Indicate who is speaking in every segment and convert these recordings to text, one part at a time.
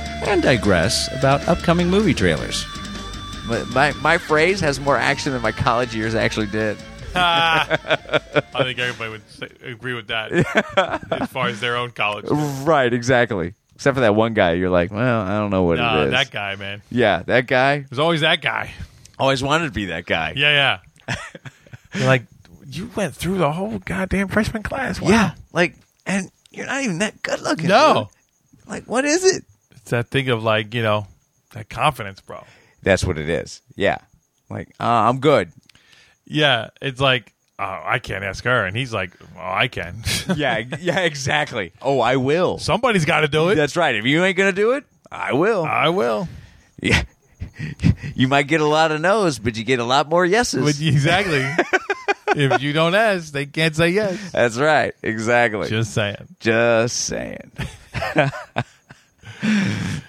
Speaker 1: and digress about upcoming movie trailers.
Speaker 2: My, my, my phrase has more action than my college years actually did.
Speaker 3: I think everybody would say, agree with that as far as their own college.
Speaker 2: Right, exactly. Except for that one guy, you're like, well, I don't know what
Speaker 3: Nah,
Speaker 2: it is.
Speaker 3: that guy, man.
Speaker 2: Yeah, that guy.
Speaker 3: There's always that guy.
Speaker 1: Always wanted to be that guy.
Speaker 3: Yeah, yeah. You're like, you went through the whole goddamn freshman class. Wow.
Speaker 1: Yeah, like, and you're not even that good looking.
Speaker 3: No.
Speaker 1: dude. like, what is it?
Speaker 3: It's that thing of like, you know, that confidence, bro.
Speaker 2: That's what it is. Yeah. Like, uh, I'm good.
Speaker 3: Yeah. It's like, oh, I can't ask her. And he's like, well, I can.
Speaker 2: Yeah, yeah, exactly. Oh, I will.
Speaker 3: Somebody's got to do it.
Speaker 2: That's right. If you ain't gonna do it, I will.
Speaker 3: I will.
Speaker 2: yeah. Uh, you might get a lot of no's, but you get a lot more yeses.
Speaker 3: But exactly. if you don't ask, they can't say yes.
Speaker 2: That's right. Exactly.
Speaker 3: Just saying.
Speaker 2: Just saying.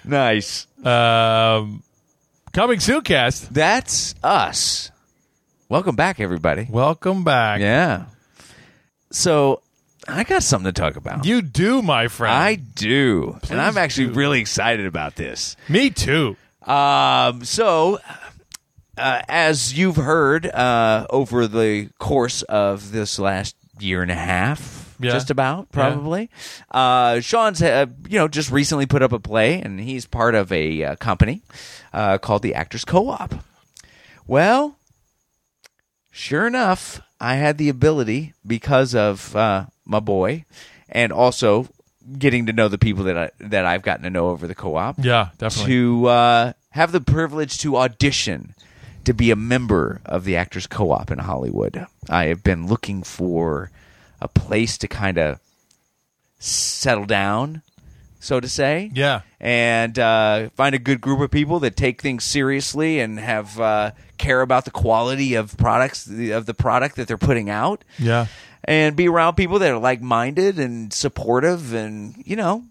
Speaker 2: nice.
Speaker 3: Um, coming soon, cast.
Speaker 2: That's us. Welcome back, everybody.
Speaker 3: Welcome back.
Speaker 2: Yeah. So I got something to talk about.
Speaker 3: You do, my friend.
Speaker 2: I do. and I'm
Speaker 3: Please
Speaker 2: actually
Speaker 3: do.
Speaker 2: really excited about this.
Speaker 3: Me too.
Speaker 2: Um, so, uh, as you've heard uh, over the course of this last year and a half,
Speaker 3: Yeah.
Speaker 2: just about probably, uh, Sean's uh, you know just recently put up a play, and he's part of a uh, company uh, called the Actors Co-op. Well, sure enough, I had the ability because of uh, my boy, and also getting to know the people that I, that I've gotten to know over the co-op
Speaker 3: Yeah, definitely.
Speaker 2: to uh, have the privilege to audition to be a member of the Actors Co op in Hollywood. I have been looking for a place to kind of settle down, so to say.
Speaker 3: Yeah.
Speaker 2: And uh, find a good group of people that take things seriously and have uh, care about the quality of products of the product that they're putting out
Speaker 3: Yeah.
Speaker 2: and be around people that are like minded and supportive and you know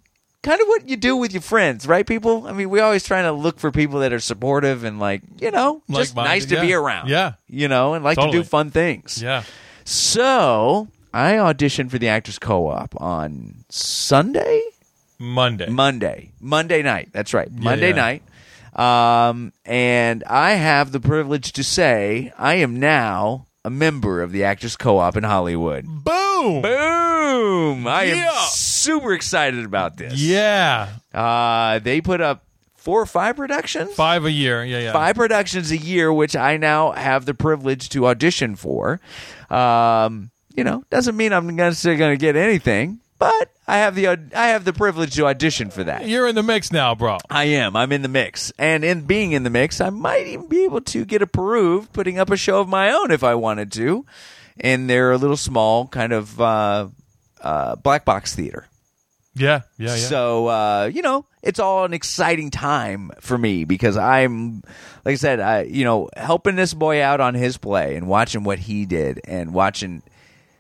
Speaker 2: kind of what you do with your friends right people i mean we always trying to look for people that are supportive and like you know just
Speaker 3: Like-minded,
Speaker 2: nice to be
Speaker 3: yeah.
Speaker 2: around
Speaker 3: Yeah.
Speaker 2: you know and like to
Speaker 3: Totally.
Speaker 2: do fun things
Speaker 3: Yeah.
Speaker 2: so i auditioned for the actors co-op on sunday
Speaker 3: Monday.
Speaker 2: monday monday night that's right monday
Speaker 3: yeah.
Speaker 2: night um, and i have the privilege to say i am now a member of the actors co-op in hollywood
Speaker 3: Boom.
Speaker 2: Boom! I
Speaker 3: Yeah.
Speaker 2: am super excited about this.
Speaker 3: Yeah.
Speaker 2: Uh, they put up four or five productions?
Speaker 3: Five a year. Yeah, yeah.
Speaker 2: Five productions a year, which I now have the privilege to audition for. Um, you know, doesn't mean I'm necessarily going to get anything, but I have the I have the privilege to audition for that.
Speaker 3: You're in the mix now, bro.
Speaker 2: I am. I'm in the mix, and in being in the mix, I might even be able to get approved, putting up a show of my own if I wanted to, in their little small kind of uh, uh, black box theater.
Speaker 3: Yeah. Yeah. Yeah.
Speaker 2: So uh, you know, it's all an exciting time for me because I'm, like I said, I you know, helping this boy out on his play and watching what he did and watching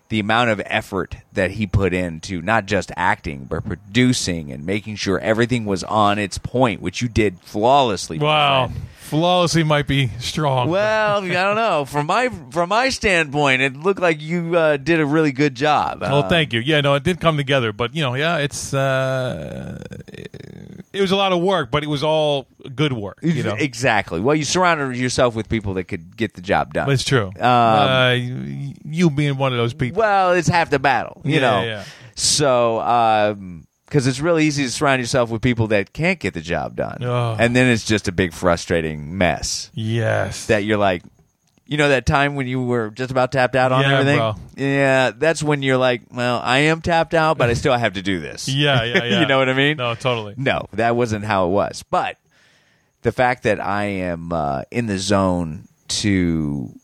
Speaker 2: the amount of effort that he put into not just acting but producing and making sure everything was on its point, which you did flawlessly. my
Speaker 3: wow.
Speaker 2: friend.
Speaker 3: Flawlessly might be strong.
Speaker 2: Well, I don't know. From my from my standpoint, it looked like you uh, did a really good job. Uh,
Speaker 3: well, thank you. Yeah, no, it did come together, but you know, yeah, it's uh, it, it was a lot of work, but it was all good work. You know,
Speaker 2: Exactly. Well, you surrounded yourself with people that could get the job done.
Speaker 3: it's true. uh, you being one of those people.
Speaker 2: um, Well, it's half the battle, you
Speaker 3: Yeah,
Speaker 2: know.
Speaker 3: yeah.
Speaker 2: So, um 'cause because it's really easy to surround yourself with people that can't get the job done,
Speaker 3: Oh.
Speaker 2: and then it's just a big frustrating mess
Speaker 3: yes.
Speaker 2: that you're like, you know, that time when you were just about tapped out on
Speaker 3: Yeah,
Speaker 2: everything.
Speaker 3: bro.
Speaker 2: Yeah, that's when you're like, well, I am tapped out, but I still have to do this.
Speaker 3: yeah, yeah, yeah.
Speaker 2: you know what I mean?
Speaker 3: No, totally.
Speaker 2: No, that wasn't how it was. But the fact that I am uh, in the zone to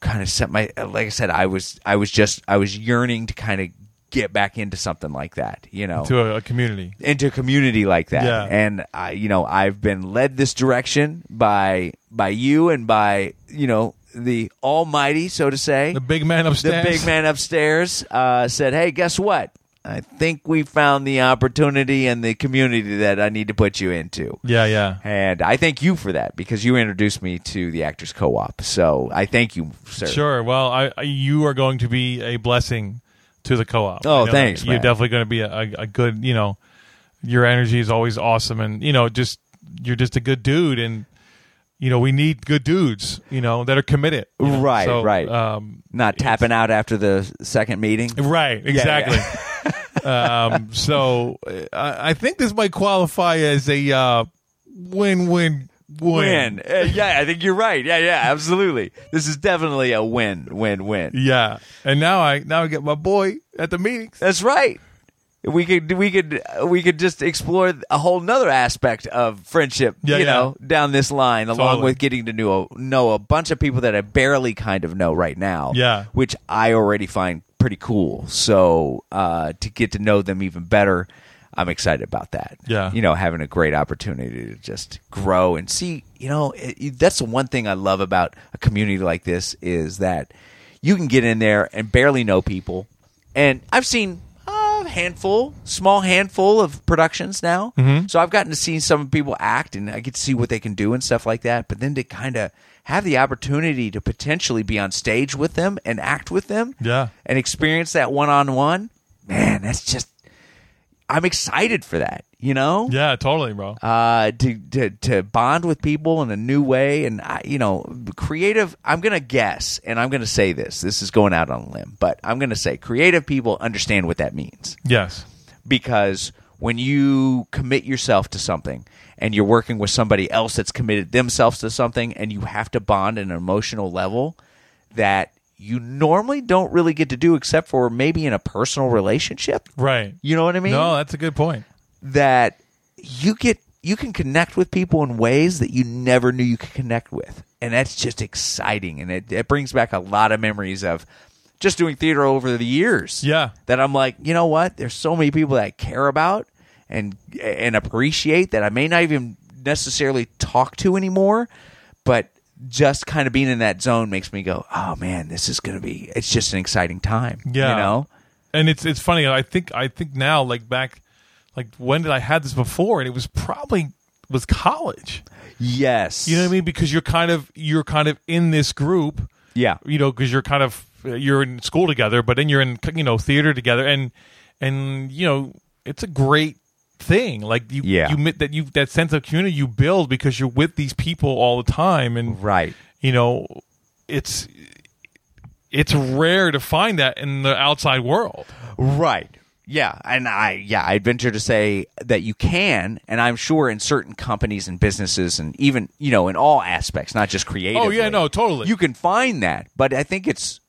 Speaker 2: kind of set my like I said, I was I was just I was yearning to kind of get back into something like that, you know,
Speaker 3: to a, a community.
Speaker 2: into a community like that.
Speaker 3: Yeah.
Speaker 2: And I, you know, I've been led this direction by by you and by you know the Almighty, so to say.
Speaker 3: The big man
Speaker 2: The
Speaker 3: upstairs.
Speaker 2: big man upstairs uh, said, "Hey, guess what? I think we found the opportunity and the community that I need to put you into."
Speaker 3: Yeah, yeah.
Speaker 2: And I thank you for that because you introduced me to the Actors Co-op. So I thank you, sir.
Speaker 3: Sure. Well, I, I you are going to be a blessing to the co-op.
Speaker 2: Oh,
Speaker 3: I know
Speaker 2: thanks,
Speaker 3: You're
Speaker 2: man.
Speaker 3: definitely going to be a, a, a good. You know, your energy is always awesome, and you know, just you're just a good dude, and you know, we need good dudes. You know, that are committed. you know?
Speaker 2: Right,
Speaker 3: So,
Speaker 2: right.
Speaker 3: Um,
Speaker 2: Not tapping out after the second meeting.
Speaker 3: right. Exactly. um, so uh, I, I think this might qualify as a uh, win-win.
Speaker 2: Win. Uh, yeah, I think you're right. Yeah, yeah, absolutely. This is definitely a win, win, win.
Speaker 3: Yeah, and now I now I get my boy at the meetings.
Speaker 2: That's right. We could we could uh, we could just explore a whole nother aspect of friendship,
Speaker 3: Yeah,
Speaker 2: you
Speaker 3: yeah.
Speaker 2: know, down this line, along
Speaker 3: Totally.
Speaker 2: with getting to know a, know a bunch of people that I barely kind of know right now.
Speaker 3: Yeah.
Speaker 2: which I already find pretty cool. So uh, to get to know them even better, I'm excited about that.
Speaker 3: Yeah.
Speaker 2: you know, having a great opportunity to just grow and see. You know, it, it- that's the one thing I love about a community like this is that you can get in there and barely know people. And I've seen a handful, small handful of productions now. So I've gotten to see some people act, and I get to see what they can do and stuff like that. But then to kind of have the opportunity to potentially be on stage with them and act with them,
Speaker 3: Yeah.
Speaker 2: and experience that one on one, man, that's just I'm excited for that. You know,
Speaker 3: Yeah, totally, bro.
Speaker 2: uh, to, to to bond with people in a new way, and I, you know, creative. I'm gonna guess, and I'm gonna say this. This is going out on a limb, but I'm gonna say creative people understand what that means
Speaker 3: yes.
Speaker 2: because when you commit yourself to something and you're working with somebody else that's committed themselves to something and you have to bond at an emotional level that you normally don't really get to do except for maybe in a personal relationship
Speaker 3: Right.
Speaker 2: you know what i mean
Speaker 3: No, that's a good point.
Speaker 2: that you get you can connect with people in ways that you never knew you could connect with and that's just exciting and it, it brings back a lot of memories of just doing theater over the years
Speaker 3: Yeah.
Speaker 2: that i'm like you know what there's so many people that i care about and and appreciate that i may not even necessarily talk to anymore but just kind of being in that zone makes me go oh man this is gonna be it's just an exciting time
Speaker 3: Yeah.
Speaker 2: you know
Speaker 3: And it's it's funny. I think I think now like back like when did I had this before? And it was probably was college.
Speaker 2: yes
Speaker 3: You know what I mean? Because you're kind of you're kind of in this group.
Speaker 2: yeah
Speaker 3: You know, because you're kind of you're in school together, but then you're in you know theater together, and and you know it's a great thing. Like you
Speaker 2: Yeah.
Speaker 3: you mi- that you that sense of community you build because you're with these people all the time, and
Speaker 2: right
Speaker 3: you know it's it's rare to find that in the outside world
Speaker 2: Right. Yeah, and I yeah, I'd venture to say that you can, and I'm sure in certain companies and businesses and even, you know, in all aspects, not just creative.
Speaker 3: Oh, no, totally.
Speaker 2: You can find that, but I think it's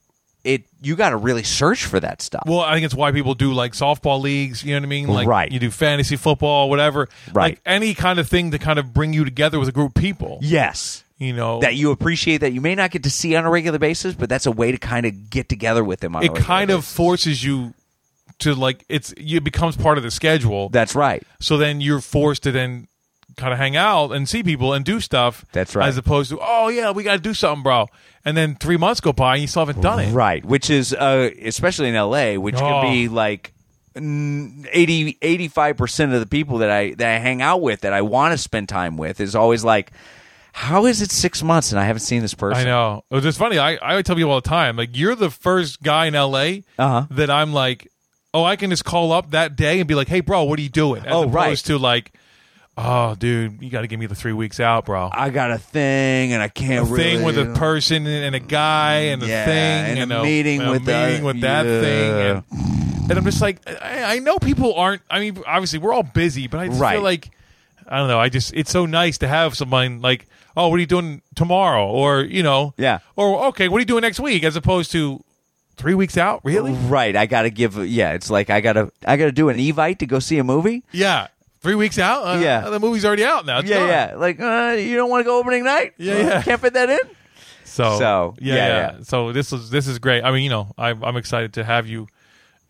Speaker 2: it you got to really search for that stuff.
Speaker 3: well i think it's why people do like softball leagues you know what i mean like
Speaker 2: Right.
Speaker 3: you do fantasy football whatever
Speaker 2: Right.
Speaker 3: like any kind of thing to kind of bring you together with a group of people
Speaker 2: yes.
Speaker 3: you know
Speaker 2: That you appreciate that you may not get to see on a regular basis, but that's a way to kind of get together with them on a
Speaker 3: it
Speaker 2: regular
Speaker 3: kind of
Speaker 2: basis.
Speaker 3: forces you to like it's it becomes part of the schedule
Speaker 2: That's right.
Speaker 3: so then you're forced to then kind of hang out and see people and do stuff
Speaker 2: That's right.
Speaker 3: as opposed to oh yeah we got to do something bro and then three months go by and you still haven't done it
Speaker 2: Right, which is uh, especially in LA, which
Speaker 3: Oh.
Speaker 2: can be like mm, 80 85% of the people that I that I hang out with that I want to spend time with is always like how is it 6 months and I haven't seen this person?
Speaker 3: I know. It's just funny. I, I would tell people all the time, like, you're the first guy in LA
Speaker 2: Uh-huh.
Speaker 3: that I'm like, oh, I can just call up that day and be like, hey, bro, what are you doing? As
Speaker 2: Oh,
Speaker 3: opposed to
Speaker 2: right.
Speaker 3: like, oh, dude, you got to give me the three weeks out, bro.
Speaker 2: I got a thing and I
Speaker 3: A
Speaker 2: can't really
Speaker 3: thing with a person and a guy and a
Speaker 2: Yeah,
Speaker 3: thing
Speaker 2: and a meeting
Speaker 3: and a
Speaker 2: with the-
Speaker 3: meeting with that
Speaker 2: yeah.
Speaker 3: thing. And, and I'm just like, I, I know people aren't, I mean, obviously we're all busy, but I just
Speaker 2: Right.
Speaker 3: feel like, I don't know. I just, it's so nice to have someone like, oh, what are you doing tomorrow? Or, you know,
Speaker 2: Yeah.
Speaker 3: Or, okay, what are you doing next week? As opposed to three weeks out? Really?
Speaker 2: Right, I got to give yeah, it's like I got to I got to do an evite to go see a movie.
Speaker 3: Yeah. Three weeks out? Uh,
Speaker 2: Yeah.
Speaker 3: The movie's already out now. It's
Speaker 2: yeah,
Speaker 3: done.
Speaker 2: yeah. Like uh, you don't want to go opening night?
Speaker 3: Yeah, yeah.
Speaker 2: Can't fit that in?
Speaker 3: So,
Speaker 2: So,
Speaker 3: yeah,
Speaker 2: yeah,
Speaker 3: yeah,
Speaker 2: yeah.
Speaker 3: So this is this is great. I mean, you know, I, I'm excited to have you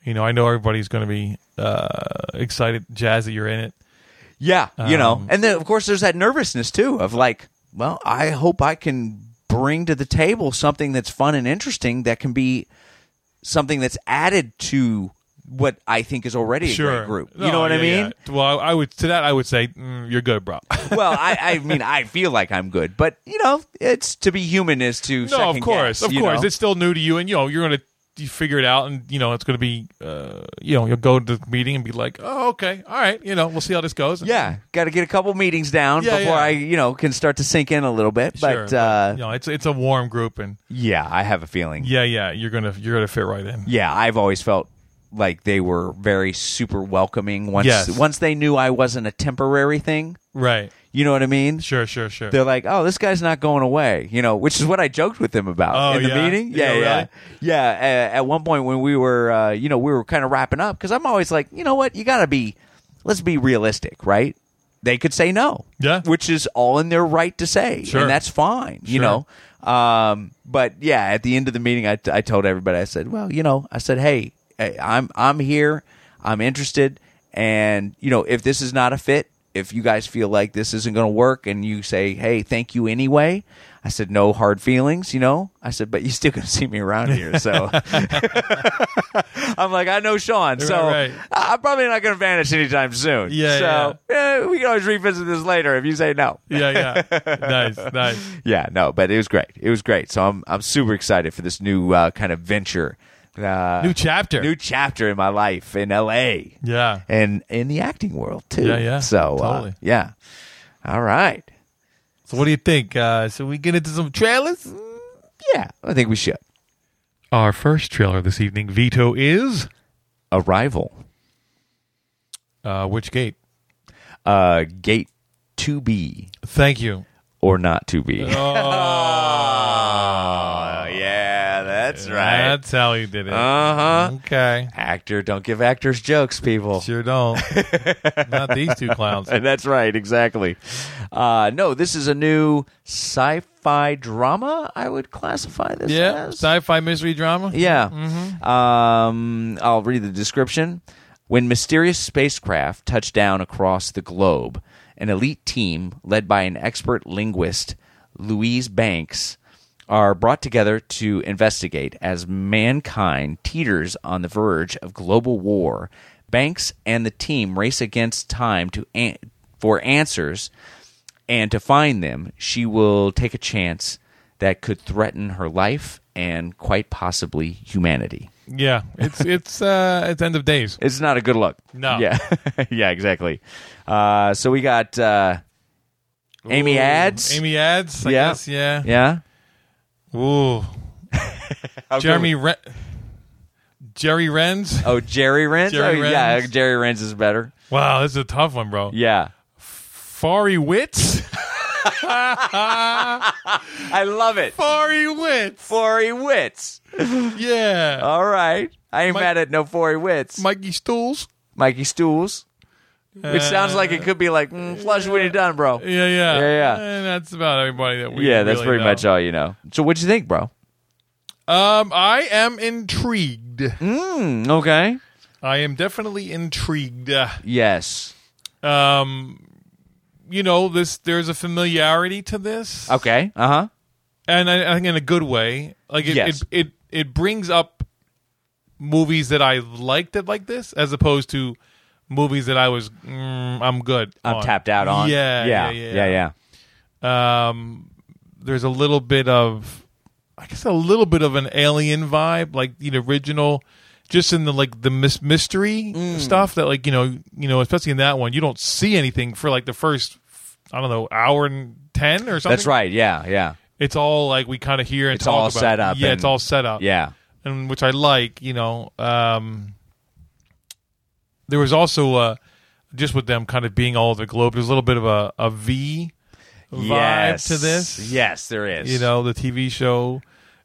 Speaker 3: You know, I know everybody's going to be uh, excited, jazz that you're in it.
Speaker 2: Yeah, you know.
Speaker 3: Um,
Speaker 2: And then of course there's that nervousness too of like, well, I hope I can bring to the table something that's fun and interesting that can be something that's added to what I think is already a great group. You
Speaker 3: No,
Speaker 2: know what I
Speaker 3: yeah,
Speaker 2: mean?
Speaker 3: yeah. Well, I would to that I would say mm, you're good, bro.
Speaker 2: well, I, I mean, I feel like I'm good, but you know, it's to be human is
Speaker 3: no,
Speaker 2: to
Speaker 3: of
Speaker 2: second
Speaker 3: course,
Speaker 2: guess,
Speaker 3: of
Speaker 2: you
Speaker 3: course,
Speaker 2: know?
Speaker 3: it's still new to you, and you know you're gonna you figure it out, and you know it's gonna be uh, you know you'll go to the meeting and be like, oh, okay, all right, you know we'll see how this goes.
Speaker 2: yeah, got to get a couple meetings down
Speaker 3: Yeah,
Speaker 2: before
Speaker 3: yeah.
Speaker 2: I you know can start to sink in a little bit.
Speaker 3: sure.
Speaker 2: but uh,
Speaker 3: you know it's it's a warm group, and
Speaker 2: yeah, I have a feeling.
Speaker 3: yeah, yeah, you're gonna you're gonna fit right in.
Speaker 2: yeah, I've always felt like they were very super welcoming once
Speaker 3: Yes.
Speaker 2: once they knew I wasn't a temporary thing.
Speaker 3: Right.
Speaker 2: You know what I mean?
Speaker 3: Sure. Sure. Sure.
Speaker 2: They're like, "Oh, this guy's not going away," you know, which is what I joked with them about
Speaker 3: Oh,
Speaker 2: in the
Speaker 3: yeah?
Speaker 2: meeting.
Speaker 3: Yeah,
Speaker 2: Yeah, yeah,
Speaker 3: really?
Speaker 2: yeah. a- at one point when we were, uh, you know, we were kind of wrapping up because I'm always like, you know what, you gotta be, let's be realistic, right? They could say no,
Speaker 3: Yeah.
Speaker 2: which is all in their right to say,
Speaker 3: Sure.
Speaker 2: and that's fine, you
Speaker 3: Sure.
Speaker 2: know. Um, but yeah, at the end of the meeting, I, I told everybody, I said, well, you know, I said, hey, I- I'm I'm here, I'm interested, and you know, if this is not a fit, if you guys feel like this isn't going to work, and you say, hey, thank you anyway, I said, no hard feelings, you know, I said, but you're still going to see me around here, so I'm like, I know Sean, so
Speaker 3: right.
Speaker 2: I- I'm probably not going to vanish anytime soon.
Speaker 3: Yeah,
Speaker 2: so eh, we can always revisit this later if you say no.
Speaker 3: yeah. Yeah. nice. Nice.
Speaker 2: Yeah, no, but it was great. It was great. So I'm I'm super excited for this new uh, kind of venture, uh,
Speaker 3: New chapter.
Speaker 2: new chapter in my life in L.A.
Speaker 3: yeah.
Speaker 2: and in the acting world too.
Speaker 3: Yeah, yeah,
Speaker 2: So uh,
Speaker 3: totally.
Speaker 2: yeah, all right.
Speaker 3: So what do you think? Uh, should we get into some trailers?
Speaker 2: Yeah, I think we should.
Speaker 3: Our first trailer this evening, Vito, is
Speaker 2: Arrival,
Speaker 3: uh, which gate?
Speaker 2: uh, gate to be
Speaker 3: Thank you.
Speaker 2: or not to be.
Speaker 3: Oh,
Speaker 2: Oh, yeah, that's right.
Speaker 3: That's how you did it.
Speaker 2: Uh huh.
Speaker 3: okay.
Speaker 2: Actor, don't give actors jokes, people.
Speaker 3: Uh-huh. Sure don't. Not these two clowns.
Speaker 2: And That's right, exactly. Uh, no, this is a new sci-fi drama. I would classify this
Speaker 3: Yeah.
Speaker 2: as.
Speaker 3: Sci-fi mystery drama.
Speaker 2: yeah. Um, I'll read the description. When mysterious spacecraft touch down across the globe, an elite team led by an expert linguist, Louise Banks, are brought together to investigate as mankind teeters on the verge of global war. Banks and the team race against time to an- for answers and to find them, she will take a chance that could threaten her life and quite possibly humanity.
Speaker 3: Yeah. It's it's uh it's end of days.
Speaker 2: It's not a good look.
Speaker 3: No.
Speaker 2: Yeah. yeah, exactly. Uh, so we got uh, Amy Ads.
Speaker 3: Amy Ads. I
Speaker 2: Yeah.
Speaker 3: Guess, yeah.
Speaker 2: Yeah.
Speaker 3: Ooh. Jeremy Re- Jerry Renz.
Speaker 2: Oh, Jerry Renz.
Speaker 3: Jerry
Speaker 2: oh, yeah,
Speaker 3: Renz.
Speaker 2: Jerry Renz is better.
Speaker 3: Wow, this is a tough one, bro.
Speaker 2: Yeah.
Speaker 3: Fari Wits.
Speaker 2: I love it.
Speaker 3: Fari Wits.
Speaker 2: Forey Wits.
Speaker 3: Yeah.
Speaker 2: All right. I ain't
Speaker 3: Mike-
Speaker 2: mad at no Forey Wits.
Speaker 3: Mikey Stools.
Speaker 2: Mikey Stools. Which sounds like it could be like, mm, flush when you're done, bro.
Speaker 3: Uh, Yeah, yeah,
Speaker 2: Yeah, yeah.
Speaker 3: And that's about everybody that we.
Speaker 2: yeah, that's
Speaker 3: really
Speaker 2: pretty
Speaker 3: know.
Speaker 2: much all you know. So what'd you think, bro?
Speaker 3: Um, I am intrigued.
Speaker 2: Mm. Okay.
Speaker 3: I am definitely intrigued. Uh,
Speaker 2: Yes.
Speaker 3: Um, you know, this there's a familiarity to this,
Speaker 2: Okay. Uh huh.
Speaker 3: and I, I think in a good way. Like it,
Speaker 2: Yes.
Speaker 3: it, it, it brings up movies that I liked that like this, as opposed to movies that I was mm, I'm good.
Speaker 2: I'm
Speaker 3: on.
Speaker 2: tapped out on.
Speaker 3: Yeah,
Speaker 2: Yeah.
Speaker 3: yeah, yeah.
Speaker 2: Yeah.
Speaker 3: um, there's a little bit of I guess a little bit of an alien vibe, like the original, just in the like the mys- mystery
Speaker 2: Mm.
Speaker 3: stuff that like you know you know especially in that one you don't see anything for like the first I don't know hour and ten or something.
Speaker 2: That's right. Yeah. Yeah.
Speaker 3: It's all like we kind of hear and
Speaker 2: It's
Speaker 3: talk
Speaker 2: all
Speaker 3: about.
Speaker 2: set up
Speaker 3: Yeah,
Speaker 2: and-
Speaker 3: it's all set up.
Speaker 2: Yeah.
Speaker 3: and which I like. You know, um, there was also uh, just with them kind of being all over the globe. There's a little bit of a a V vibe
Speaker 2: yes.
Speaker 3: to this
Speaker 2: Yes, there is.
Speaker 3: you know the TV show,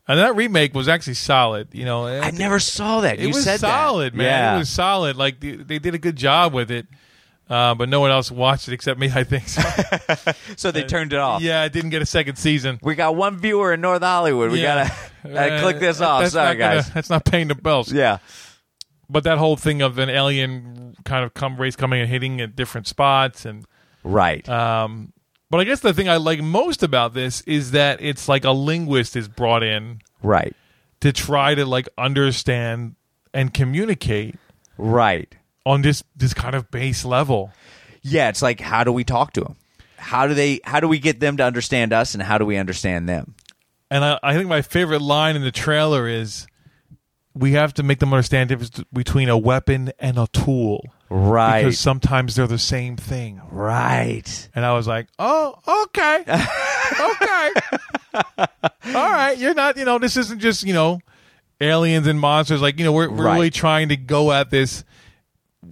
Speaker 3: and that remake was actually solid. You know,
Speaker 2: I never saw that.
Speaker 3: it
Speaker 2: you
Speaker 3: was
Speaker 2: said that.
Speaker 3: solid, man.
Speaker 2: Yeah.
Speaker 3: It was solid. Like they, they did a good job with it, uh, but no one else watched it except me. I think. So,
Speaker 2: so they turned it off.
Speaker 3: uh, yeah, I didn't get a second season.
Speaker 2: We got one viewer in North Hollywood. We
Speaker 3: Yeah.
Speaker 2: gotta, gotta
Speaker 3: Uh,
Speaker 2: click this off.
Speaker 3: that's not
Speaker 2: Sorry,
Speaker 3: gonna-
Speaker 2: guys.
Speaker 3: that's not paying the bills.
Speaker 2: yeah.
Speaker 3: but that whole thing of an alien kind of come race coming and hitting at different spots and
Speaker 2: Right.
Speaker 3: um but I guess the thing I like most about this is that it's like a linguist is brought in
Speaker 2: right.
Speaker 3: to try to like understand and communicate
Speaker 2: Right.
Speaker 3: on this this kind of base level.
Speaker 2: Yeah, it's like how do we talk to them? How do they how do we get them to understand us and how do we understand them?
Speaker 3: And I, I think my favorite line in the trailer is we have to make them understand the difference between a weapon and a tool.
Speaker 2: Right.
Speaker 3: Because sometimes they're the same thing.
Speaker 2: right.
Speaker 3: And I was like, oh, okay. okay. All right. You're not, you know, this isn't just, you know, aliens and monsters. Like, you know, we're, we're
Speaker 2: Right.
Speaker 3: really trying to go at this,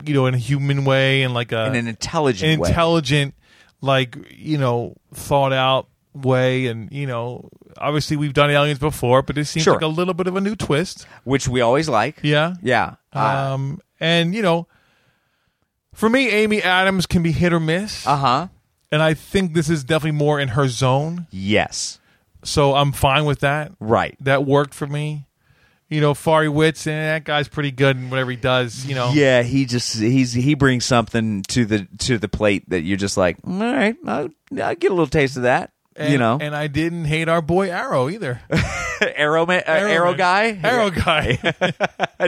Speaker 3: you know, in a human way and like a,
Speaker 2: In an intelligent
Speaker 3: an
Speaker 2: way.
Speaker 3: intelligent, like you know, thought out way. And you know, obviously we've done aliens before, but this seems
Speaker 2: Sure.
Speaker 3: like a little bit of a new twist.
Speaker 2: Which we always like.
Speaker 3: Yeah,
Speaker 2: Yeah. Uh
Speaker 3: Um, and you know, for me, Amy Adams can be hit or miss,
Speaker 2: huh.
Speaker 3: and I think this is definitely more in her zone.
Speaker 2: Yes.
Speaker 3: So I'm fine with that.
Speaker 2: Right.
Speaker 3: That worked for me. You know, Fari Witz, and that guy's pretty good in whatever he does. You know,
Speaker 2: Yeah, he just he's he brings something to the to the plate that you're just like, "Mm, all right, I'll, I'll get a little taste of that.
Speaker 3: and,
Speaker 2: you know,
Speaker 3: and I didn't hate our boy Arrow either.
Speaker 2: arrow ma- uh, arrow
Speaker 3: Man.
Speaker 2: guy,
Speaker 3: Arrow guy.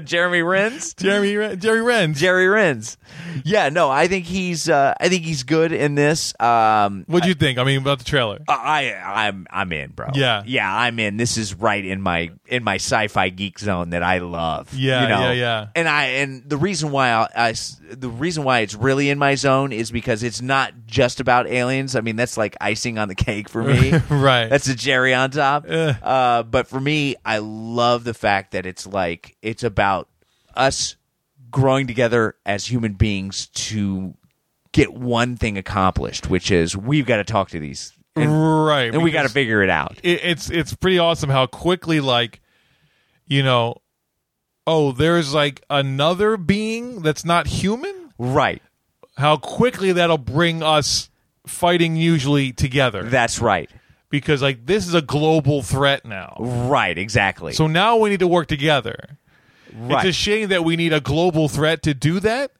Speaker 2: Jeremy Renz,
Speaker 3: Jeremy Ren- Jerry Renz.
Speaker 2: Jerry Renz. Yeah, no, I think he's uh, I think he's good in this. Um,
Speaker 3: What'd you think? I mean, about the trailer.
Speaker 2: I I'm I'm in, bro.
Speaker 3: Yeah.
Speaker 2: yeah, I'm in. This is right in my in my sci-fi geek zone that I love.
Speaker 3: Yeah,
Speaker 2: you know?
Speaker 3: yeah, yeah.
Speaker 2: And I and the reason why I, I s- the reason why it's really in my zone is because it's not just about aliens. I mean, that's like icing on the cake for me.
Speaker 3: Right.
Speaker 2: That's the cherry on top. Uh, but for me, I love the fact that it's like it's about us growing together as human beings to get one thing accomplished, which is we've got to talk to these. and-
Speaker 3: right.
Speaker 2: and we got to
Speaker 3: because
Speaker 2: figure it out.
Speaker 3: It, it's it's pretty awesome how quickly like, you know, oh, there's like another being that's not human.
Speaker 2: Right.
Speaker 3: How quickly that'll bring us fighting usually together
Speaker 2: That's right.
Speaker 3: because like this is a global threat now.
Speaker 2: Right. Exactly.
Speaker 3: So now we need to work together.
Speaker 2: right.
Speaker 3: It's a shame that we need a global threat to do that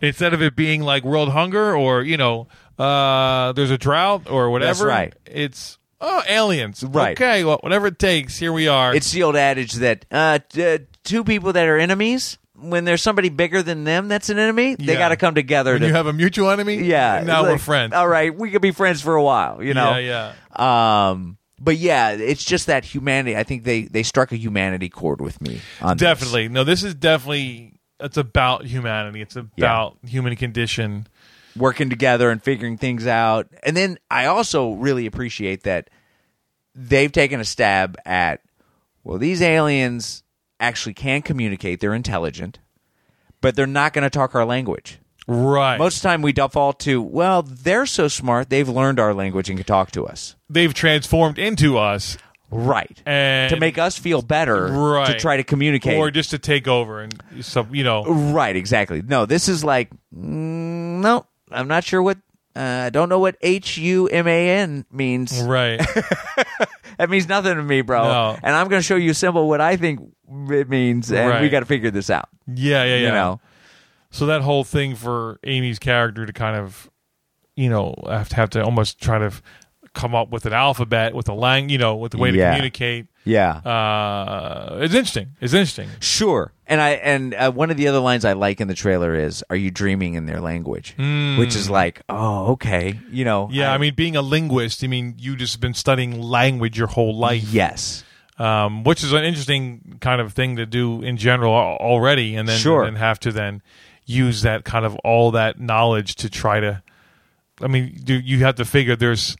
Speaker 3: instead of it being like world hunger or, you know, uh, there's a drought or whatever.
Speaker 2: right.
Speaker 3: It's, oh, aliens.
Speaker 2: Right.
Speaker 3: Okay, well, whatever it takes, here we are.
Speaker 2: it's the old adage that uh, t- uh, two people that are enemies, when there's somebody bigger than them that's an enemy, they
Speaker 3: Yeah.
Speaker 2: got to come together
Speaker 3: and
Speaker 2: to.
Speaker 3: you have a mutual enemy?
Speaker 2: yeah.
Speaker 3: Now
Speaker 2: like,
Speaker 3: we're friends.
Speaker 2: All right. We could be friends for a while, you know?
Speaker 3: Yeah,
Speaker 2: yeah. Um, but yeah, it's just that humanity. I think they, they struck a humanity chord with me. On this.
Speaker 3: Definitely. No, this is definitely, it's about humanity. It's about human condition.
Speaker 2: working together and figuring things out. And then I also really appreciate that they've taken a stab at well, these aliens actually can communicate, they're intelligent, but they're not going to talk our language.
Speaker 3: Right.
Speaker 2: Most of the time we default to, well, they're so smart, they've learned our language and can talk to us.
Speaker 3: They've transformed into us.
Speaker 2: Right.
Speaker 3: And-
Speaker 2: to make us feel better to
Speaker 3: Right.
Speaker 2: try to communicate.
Speaker 3: Or just to take over and some, you know.
Speaker 2: Right, exactly. No, this is like, mm, no, I'm not sure what, uh, I don't know what H U M A N means.
Speaker 3: Right.
Speaker 2: That means nothing to me, bro.
Speaker 3: No.
Speaker 2: And I'm going to show you a symbol what I think it means, and we
Speaker 3: Right.
Speaker 2: got to figure this out.
Speaker 3: Yeah, yeah, yeah.
Speaker 2: You know,
Speaker 3: So that whole thing for Amy's character to kind of, you know, have to have to almost try to f- come up with an alphabet with a lang, you know, with a way to
Speaker 2: Yeah.
Speaker 3: communicate.
Speaker 2: yeah,
Speaker 3: Uh, it's interesting. It's interesting.
Speaker 2: sure. And I and uh, one of the other lines I like in the trailer is, "Are you dreaming in their language?" Which is like, oh, okay, you know,
Speaker 3: Hmm. Yeah, I, mean, being a linguist, I mean, you just been studying language your whole life,
Speaker 2: yes,
Speaker 3: um, which is an interesting kind of thing to do in general al- already, and then
Speaker 2: Sure.
Speaker 3: and then have to then use that kind of all that knowledge to try to. I mean, do you have to figure there's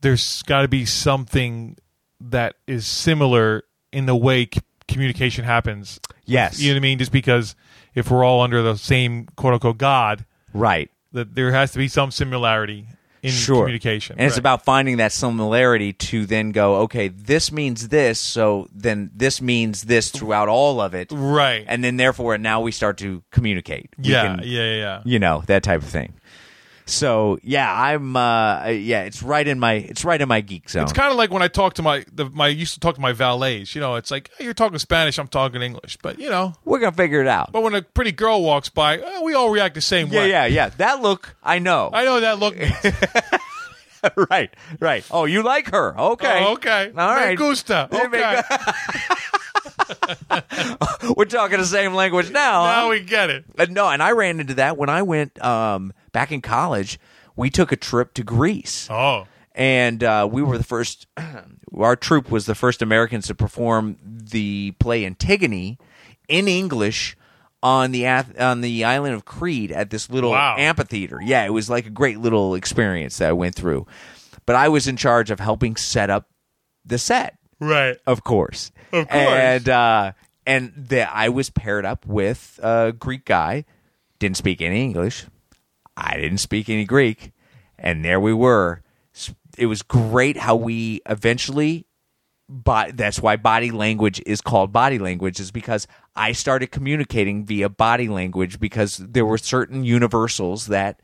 Speaker 3: there's got to be something that is similar in the way c- communication happens.
Speaker 2: yes,
Speaker 3: You know what I mean? Just because if we're all under the same quote unquote God,
Speaker 2: right.
Speaker 3: that there has to be some similarity in
Speaker 2: sure.
Speaker 3: communication.
Speaker 2: And it's
Speaker 3: Right.
Speaker 2: about finding that similarity to then go, okay, this means this, so then this means this throughout all of it.
Speaker 3: right.
Speaker 2: And then therefore now we start to communicate. We
Speaker 3: yeah,
Speaker 2: can-
Speaker 3: yeah, yeah, yeah.
Speaker 2: You know, that type of thing. So yeah, I'm uh, yeah, it's right in my it's right in my geek zone.
Speaker 3: It's kind of like when I talk to my the, my I used to talk to my valets. You know, it's like hey, you're talking Spanish, I'm talking English, but you know.
Speaker 2: We're gonna figure it out.
Speaker 3: But when a pretty girl walks by, eh, we all react the same
Speaker 2: Yeah,
Speaker 3: way.
Speaker 2: yeah, yeah. That look, I know.
Speaker 3: I know what that look. means.
Speaker 2: right, right. Oh, you like her? Okay,
Speaker 3: Oh, okay.
Speaker 2: all
Speaker 3: Me
Speaker 2: right.
Speaker 3: gusta.
Speaker 2: Me
Speaker 3: Okay.
Speaker 2: We're talking the same language now. huh?
Speaker 3: now we get it.
Speaker 2: Uh, no, and I ran into that when I went um, back in college. We took a trip to Greece,
Speaker 3: Oh.
Speaker 2: and uh, we were the first. our troupe was the first Americans to perform the play Antigone in English on the ath- on the island of Crete at this little
Speaker 3: Wow.
Speaker 2: amphitheater. Yeah, it was like a great little experience that I went through. But I was in charge of helping set up the set
Speaker 3: Right.
Speaker 2: of course.
Speaker 3: Of course.
Speaker 2: And uh, and the, I was paired up with a Greek guy, didn't speak any English. I didn't speak any Greek, and there we were. S- It was great how we eventually. But that's why body language is called body language is because I started communicating via body language because there were certain universals that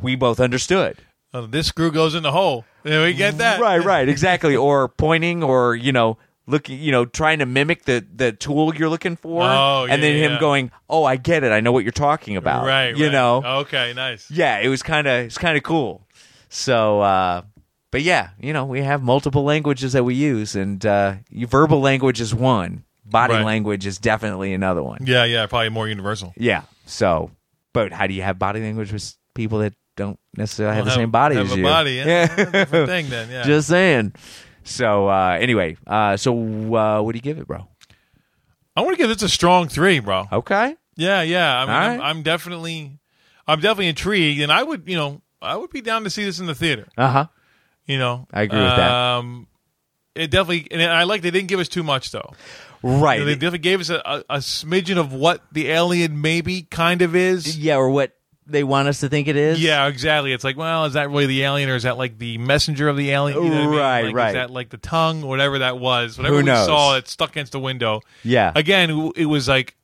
Speaker 2: we both understood.
Speaker 3: Oh, this screw goes in the hole. Then we get that.
Speaker 2: Right, right, exactly. or pointing, or you know, looking, you know, trying to mimic the the tool you're looking for,
Speaker 3: Oh,
Speaker 2: and
Speaker 3: yeah,
Speaker 2: then him
Speaker 3: yeah.
Speaker 2: going, "Oh, I get it. I know what you're talking about."
Speaker 3: Right.
Speaker 2: you
Speaker 3: right. Oh.
Speaker 2: know,
Speaker 3: Okay. Nice.
Speaker 2: yeah, it was kind of it's kind of cool. So, uh, but yeah, you know, we have multiple languages that we use, and uh, you- verbal language is one. Body
Speaker 3: Right.
Speaker 2: language is definitely another one.
Speaker 3: Yeah. Yeah. Probably more universal.
Speaker 2: Yeah. So, but how do you have body language with people that don't necessarily have the
Speaker 3: Have-
Speaker 2: same body
Speaker 3: have
Speaker 2: as
Speaker 3: a
Speaker 2: you?
Speaker 3: body, yeah. Different thing then. Yeah.
Speaker 2: Just saying. So uh, anyway, uh, so uh, what do you give it, bro?
Speaker 3: I want to give this a strong three, bro.
Speaker 2: Okay.
Speaker 3: Yeah, yeah. I mean,
Speaker 2: All
Speaker 3: I'm,
Speaker 2: right.
Speaker 3: I'm definitely, I'm definitely intrigued, and I would, you know, I would be down to see this in the theater.
Speaker 2: Uh huh.
Speaker 3: You know,
Speaker 2: I agree with that.
Speaker 3: Um, it definitely, and I like they didn't give us too much though.
Speaker 2: Right.
Speaker 3: You know, they definitely gave us a, a, a smidgen of what the alien maybe kind of is.
Speaker 2: yeah, or what they want us to think it is.
Speaker 3: Yeah, exactly. It's like, well, is that really the alien, or is that like the messenger of the alien? You know what I
Speaker 2: Right,
Speaker 3: mean? Like,
Speaker 2: right.
Speaker 3: Is that like the tongue, whatever that was, whatever
Speaker 2: Who
Speaker 3: we
Speaker 2: knows?
Speaker 3: saw that stuck against the window?
Speaker 2: Yeah.
Speaker 3: Again, w- it was like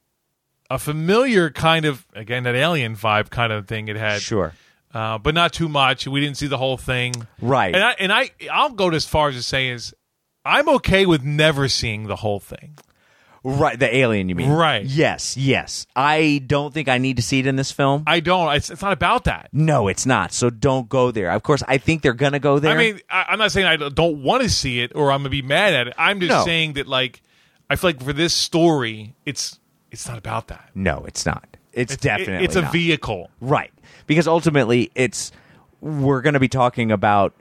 Speaker 3: a familiar kind of again that alien vibe kind of thing it had.
Speaker 2: Sure.
Speaker 3: uh, but not too much. We didn't see the whole thing,
Speaker 2: Right.
Speaker 3: And I and I I'll go as far as to say is I'm okay with never seeing the whole thing.
Speaker 2: Right. The alien, you mean?
Speaker 3: Right.
Speaker 2: Yes. Yes. I don't think I need to see it in this film.
Speaker 3: I don't. It's, it's not about that.
Speaker 2: no, it's not. So don't go there. Of course, I think they're gonna go there.
Speaker 3: I mean, I, I'm not saying I don't want to see it or I'm gonna be mad at it. I'm just
Speaker 2: No.
Speaker 3: saying that like I feel like for this story, it's it's not about that.
Speaker 2: no, it's not. It's,
Speaker 3: It's
Speaker 2: definitely
Speaker 3: it's a
Speaker 2: not.
Speaker 3: vehicle.
Speaker 2: Right. Because ultimately it's we're going to be talking about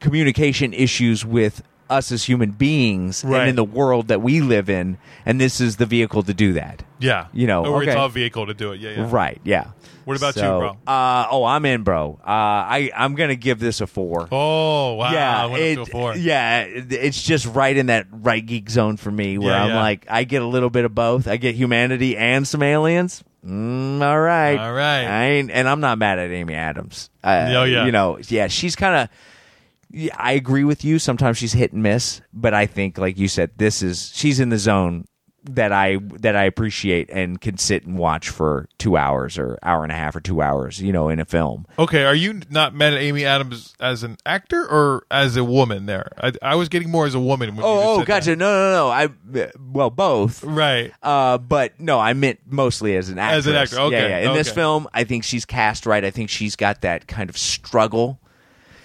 Speaker 2: communication issues with us as human beings
Speaker 3: Right.
Speaker 2: and in the world that we live in and this is the vehicle to do that.
Speaker 3: Yeah,
Speaker 2: You know,
Speaker 3: or it's
Speaker 2: okay.
Speaker 3: a vehicle to do it. Yeah, yeah.
Speaker 2: Right, yeah.
Speaker 3: What about you,
Speaker 2: So,
Speaker 3: bro?
Speaker 2: Uh, oh, I'm in, bro. Uh, I I'm going to give this a 4.
Speaker 3: Oh wow!
Speaker 2: yeah,
Speaker 3: I went
Speaker 2: it-
Speaker 3: up to a four.
Speaker 2: yeah, it- it's just right in that right geek zone for me, where
Speaker 3: Yeah,
Speaker 2: I'm
Speaker 3: yeah.
Speaker 2: like, I get a little bit of both. I get humanity and some aliens. Mm, all right,
Speaker 3: All right.
Speaker 2: I ain't, and I'm not mad at Amy Adams. Uh,
Speaker 3: Oh, yeah.
Speaker 2: you know, yeah, she's kind of. yeah, I agree with you. Sometimes she's hit and miss, but I think, like you said, this is she's in the zone that I that I appreciate and can sit and watch for two hours or hour and a half or two hours, you know, in a film.
Speaker 3: Okay, are you not mad at Amy Adams as an actor or as a woman? There, I, I was getting more as a woman. When you just
Speaker 2: Oh, oh,
Speaker 3: said that.
Speaker 2: gotcha. No, no, no. I well, both.
Speaker 3: Right.
Speaker 2: Uh, but no, I meant mostly as an actor.
Speaker 3: As an actor, okay,
Speaker 2: Yeah, yeah. In this
Speaker 3: okay.
Speaker 2: film, I think she's cast right. I think she's got that kind of struggle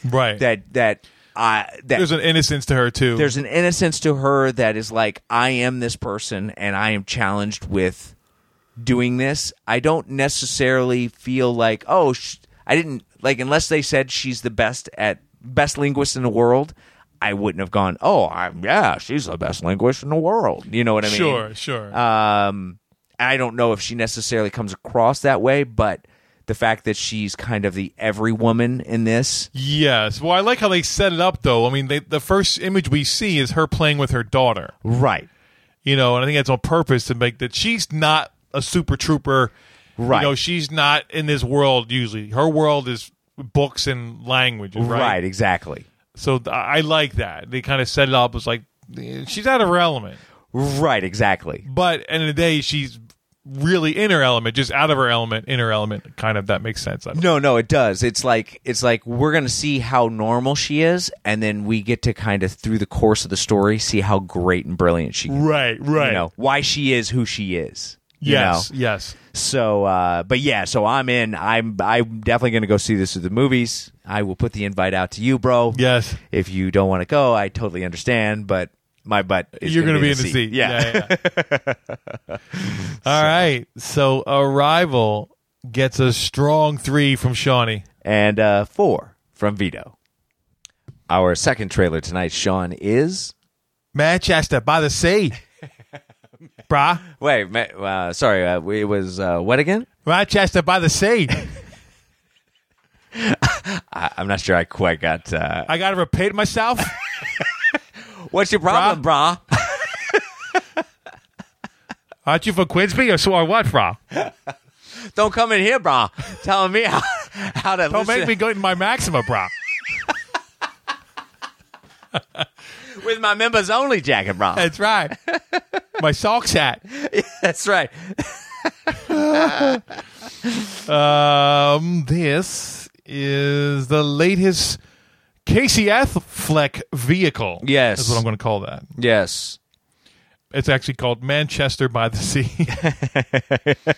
Speaker 3: Right.
Speaker 2: that that I that
Speaker 3: There's
Speaker 2: there's,
Speaker 3: an innocence to her too.
Speaker 2: an innocence to her that is like I am this person and I am challenged with doing this. I don't necessarily feel like oh sh- I didn't like unless they said she's the best at best linguist in the world. I wouldn't have gone. Oh, I, yeah, she's the best linguist in the world. You know what I mean?
Speaker 3: sure, sure.
Speaker 2: Um, I don't know if she necessarily comes across that way, but the fact that she's kind of the every woman in this,
Speaker 3: yes. Well, I like how they set it up though. I mean, they, the first image we see is her playing with her daughter.
Speaker 2: right?
Speaker 3: You know, and I think that's on purpose to make that she's not a super trooper.
Speaker 2: Right.
Speaker 3: You know, she's not in this world usually. Her world is books and languages.
Speaker 2: Right,
Speaker 3: Right.
Speaker 2: exactly.
Speaker 3: So th- I like that. They kind of set it up as like eh, she's out of her element.
Speaker 2: Right, exactly.
Speaker 3: But end of the day, she's really in her element, just out of her element, in her element. Kind of that makes sense. I don't-
Speaker 2: No, no, it does. It's like it's like we're gonna see how normal she is, and then we get to kind of through the course of the story see how great and brilliant she. Can,
Speaker 3: Right, right.
Speaker 2: You know why she is who she is. you
Speaker 3: yes,
Speaker 2: know?
Speaker 3: yes.
Speaker 2: So, uh, but yeah, so I'm in. I'm I'm definitely going to go see this at the movies. I will put the invite out to you, bro.
Speaker 3: Yes.
Speaker 2: If you don't want to go, I totally understand. But my butt, is
Speaker 3: You're
Speaker 2: going to
Speaker 3: be in the seat. yeah, yeah. All right. So Arrival gets a strong three from Shawnee.
Speaker 2: and uh, four from Vito. Our second trailer tonight, Sean is
Speaker 3: Manchester by the sea. Brah.
Speaker 2: wait. ma- Uh, sorry, uh, it was uh, what again?
Speaker 3: Manchester by the sea.
Speaker 2: I- I'm not sure. I quite got. Uh,
Speaker 3: I got to repeat myself.
Speaker 2: what's your problem, brah?
Speaker 3: Aren't you from Quinsby or so or what, brah?
Speaker 2: Don't come in here, brah. Telling me how, how to
Speaker 3: Don't
Speaker 2: listen
Speaker 3: make me go in my Maxima, brah.
Speaker 2: with my members only jacket, brah.
Speaker 3: That's right. My socks hat.
Speaker 2: That's right.
Speaker 3: Um, this is the latest Casey Affleck vehicle.
Speaker 2: Yes.
Speaker 3: That's what I'm going to call that.
Speaker 2: Yes.
Speaker 3: It's actually called Manchester by the Sea.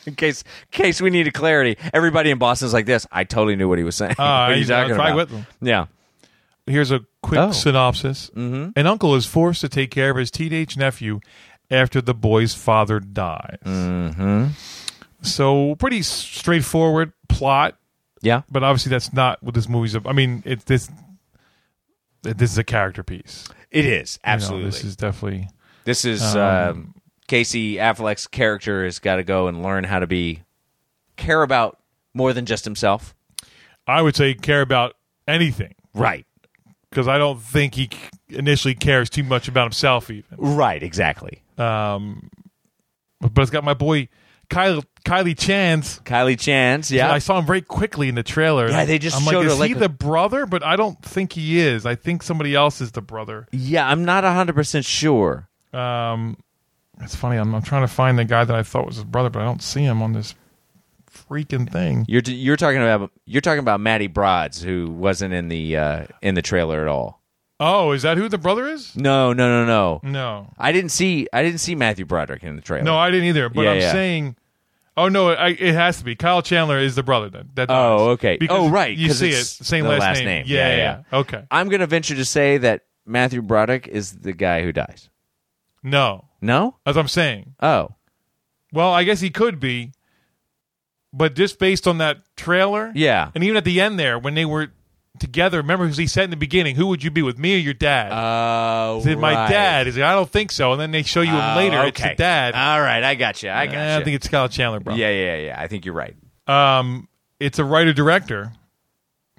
Speaker 2: In case in case we needed clarity, everybody in Boston's like this. I totally knew what he was saying. Uh, what
Speaker 3: I-
Speaker 2: are you
Speaker 3: you know,
Speaker 2: talking
Speaker 3: it's right
Speaker 2: about?
Speaker 3: with them.
Speaker 2: Yeah.
Speaker 3: Here's a quick
Speaker 2: Oh.
Speaker 3: synopsis. Mm-hmm. An uncle is forced to take care of his teenage nephew after the boy's father dies. Mm-hmm. So, pretty s- straightforward plot,
Speaker 2: Yeah.
Speaker 3: but obviously that's not what this movie's about. I mean, it's this. This is a character piece. You know,
Speaker 2: It is. Absolutely.
Speaker 3: this is definitely
Speaker 2: this is um, Casey Affleck's character has got to go and learn how to be care about more than just himself.
Speaker 3: I would say care about anything
Speaker 2: Right.
Speaker 3: because I don't think he c- initially cares too much about himself even. Um,
Speaker 2: Right, exactly.
Speaker 3: But it's got my boy Kyle, Kylie Chance.
Speaker 2: Kylie Chance, yeah.
Speaker 3: I saw him very quickly in the trailer.
Speaker 2: Yeah, they just
Speaker 3: I'm like,
Speaker 2: showed her,
Speaker 3: is he
Speaker 2: like, a-
Speaker 3: the brother? But I don't think he is. I think somebody else is the brother.
Speaker 2: yeah, I'm not 100% sure.
Speaker 3: Um, it's funny. I'm, I'm trying to find the guy that I thought was his brother, but I don't see him on this freaking thing.
Speaker 2: You're you're talking about you're talking about Maddie Broads who wasn't in the uh, in the trailer at all.
Speaker 3: Oh, is that who the brother is?
Speaker 2: No, no, no, no.
Speaker 3: No,
Speaker 2: I didn't see I didn't see Matthew Broderick in the trailer. Oh,
Speaker 3: no, I didn't either. But
Speaker 2: Yeah,
Speaker 3: I'm
Speaker 2: yeah.
Speaker 3: saying. Oh no! I, it has to be Kyle Chandler is the brother then. That
Speaker 2: Oh,
Speaker 3: dies.
Speaker 2: okay.
Speaker 3: Because
Speaker 2: oh, right.
Speaker 3: You
Speaker 2: 'cause
Speaker 3: see it,
Speaker 2: it's
Speaker 3: same
Speaker 2: the
Speaker 3: last,
Speaker 2: last
Speaker 3: name.
Speaker 2: name.
Speaker 3: Yeah,
Speaker 2: Yeah,
Speaker 3: yeah,
Speaker 2: yeah.
Speaker 3: yeah. Okay.
Speaker 2: I'm going to venture to say that Matthew Broderick is the guy who dies.
Speaker 3: No,
Speaker 2: No?
Speaker 3: as I'm saying.
Speaker 2: Oh.
Speaker 3: Well, I guess he could be, but just based on that trailer,
Speaker 2: Yeah.
Speaker 3: and even at the end there when they were together, remember as he said in the beginning, who would you be with, me or your dad?
Speaker 2: Oh.
Speaker 3: He said, my
Speaker 2: right.
Speaker 3: dad. He's like, I don't think so, and then they show you him
Speaker 2: Oh,
Speaker 3: later.
Speaker 2: Okay.
Speaker 3: It's the dad.
Speaker 2: All right. I got you. I got
Speaker 3: Eh, I think it's Kyle Chandler, bro.
Speaker 2: yeah, yeah, yeah. I think you're right.
Speaker 3: Um, it's a writer director.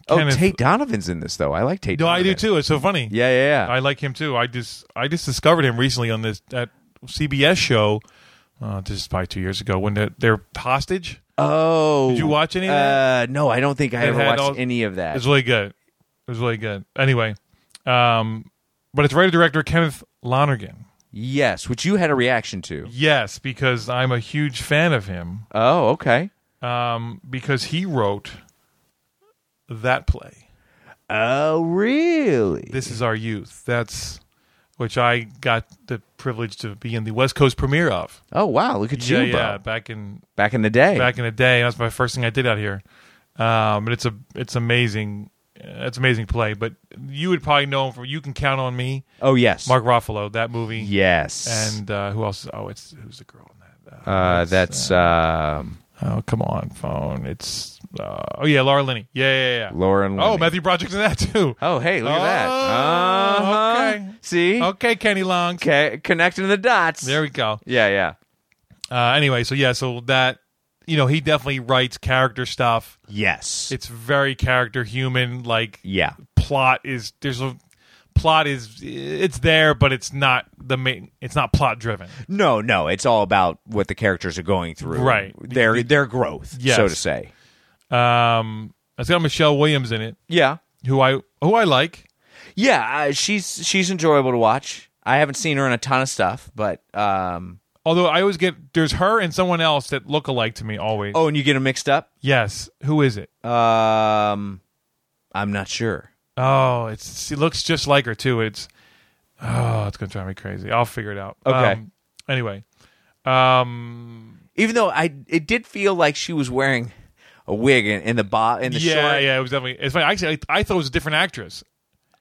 Speaker 2: Oh,
Speaker 3: Kenneth-
Speaker 2: Tate Donovan's in this though. I like Tate.
Speaker 3: No, I do
Speaker 2: Donovan.
Speaker 3: too. It's so funny.
Speaker 2: Yeah, yeah, yeah.
Speaker 3: I like him too. I just I just discovered him recently on this that CBS show. Uh, this is probably two years ago when they're, they're hostage.
Speaker 2: oh.
Speaker 3: Did you watch any of that?
Speaker 2: Uh, no, I don't think I
Speaker 3: It
Speaker 2: ever
Speaker 3: had
Speaker 2: watched
Speaker 3: all-
Speaker 2: any of that.
Speaker 3: It's really good. It was really good. Anyway, um, but it's writer director Kenneth Lonergan.
Speaker 2: yes, which you had a reaction to.
Speaker 3: Yes, because I'm a huge fan of him.
Speaker 2: Oh, okay.
Speaker 3: Um, because he wrote that play.
Speaker 2: Oh, really?
Speaker 3: This is our youth. That's which I got the privilege to be in the West Coast premiere of.
Speaker 2: Oh, wow. Look at
Speaker 3: Yeah,
Speaker 2: you, bro.
Speaker 3: yeah, back in
Speaker 2: Back in the day.
Speaker 3: back in the day. That's my first thing I did out here. Um, and it's a it's amazing. uh, It's amazing play. But you would probably know him from You Can Count on Me,
Speaker 2: oh, yes.
Speaker 3: Mark Ruffalo, that movie.
Speaker 2: Yes.
Speaker 3: And uh, who else? Oh, it's who's the girl in that?
Speaker 2: uh, that's um,
Speaker 3: Uh, oh, come on, phone. It's uh, oh yeah, Laura Linney. Yeah, yeah, yeah.
Speaker 2: Lauren.
Speaker 3: Oh,
Speaker 2: Linney.
Speaker 3: Matthew Broderick's in that too.
Speaker 2: Oh, hey, look at that.
Speaker 3: Oh,
Speaker 2: Uh-huh.
Speaker 3: okay.
Speaker 2: See?
Speaker 3: Okay, Kenny Longs.
Speaker 2: Okay, connecting the dots.
Speaker 3: There we go.
Speaker 2: yeah, yeah.
Speaker 3: Uh, anyway, so yeah, so that you know he definitely writes character stuff.
Speaker 2: Yes.
Speaker 3: It's very character human. Like
Speaker 2: yeah.
Speaker 3: plot is there's a plot is it's there, but it's not the main. It's not plot driven.
Speaker 2: No, no, it's all about what the characters are going through.
Speaker 3: Right.
Speaker 2: Their their growth,
Speaker 3: Yes.
Speaker 2: so to say.
Speaker 3: Um, it's got Michelle Williams in it,
Speaker 2: Yeah.
Speaker 3: who I who I like.
Speaker 2: Yeah, uh, she's she's enjoyable to watch. I haven't seen her in a ton of stuff, but um
Speaker 3: Although I always get there's her and someone else that look alike to me always.
Speaker 2: Oh, and you get them mixed up?
Speaker 3: Yes, who is it?
Speaker 2: Um, I'm not sure.
Speaker 3: Oh, it's she looks just like her too. It's oh, it's gonna drive me crazy. I'll figure it out.
Speaker 2: Okay.
Speaker 3: Um, anyway, um,
Speaker 2: Even though I, it did feel like she was wearing a wig in, in the bo- in the
Speaker 3: yeah,
Speaker 2: short.
Speaker 3: yeah, it was definitely. It's funny. Actually, I, I thought it was a different actress.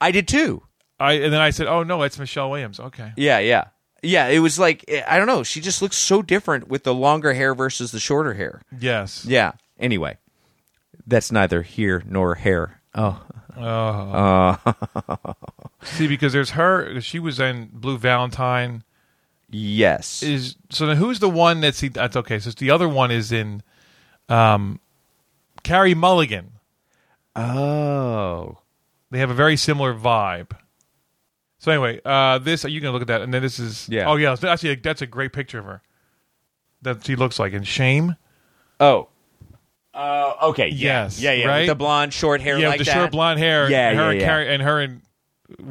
Speaker 2: I did too.
Speaker 3: I and then I said, oh no, it's Michelle Williams. Okay.
Speaker 2: Yeah, yeah, yeah. It was like eh, I don't know. She just looks so different with the longer hair versus the shorter hair.
Speaker 3: Yes.
Speaker 2: Yeah. Anyway, that's neither here nor hair. Oh,
Speaker 3: See, because there's her. She was in Blue Valentine.
Speaker 2: yes.
Speaker 3: Is so then who's the one that's he, that's okay? So the other one is in, um, Carrie Mulligan.
Speaker 2: oh,
Speaker 3: They have a very similar vibe. So anyway, uh, this you can look at that, and then this is
Speaker 2: Yeah.
Speaker 3: Oh yeah, actually that's a great picture of her. That she looks like in Shame.
Speaker 2: oh. Uh, okay. Yeah.
Speaker 3: Yes,
Speaker 2: Yeah. Yeah.
Speaker 3: right?
Speaker 2: With the blonde, short hair.
Speaker 3: yeah,
Speaker 2: like
Speaker 3: with the
Speaker 2: that.
Speaker 3: short blonde hair.
Speaker 2: Yeah,
Speaker 3: and her
Speaker 2: yeah,
Speaker 3: and
Speaker 2: yeah.
Speaker 3: Carrie, and her and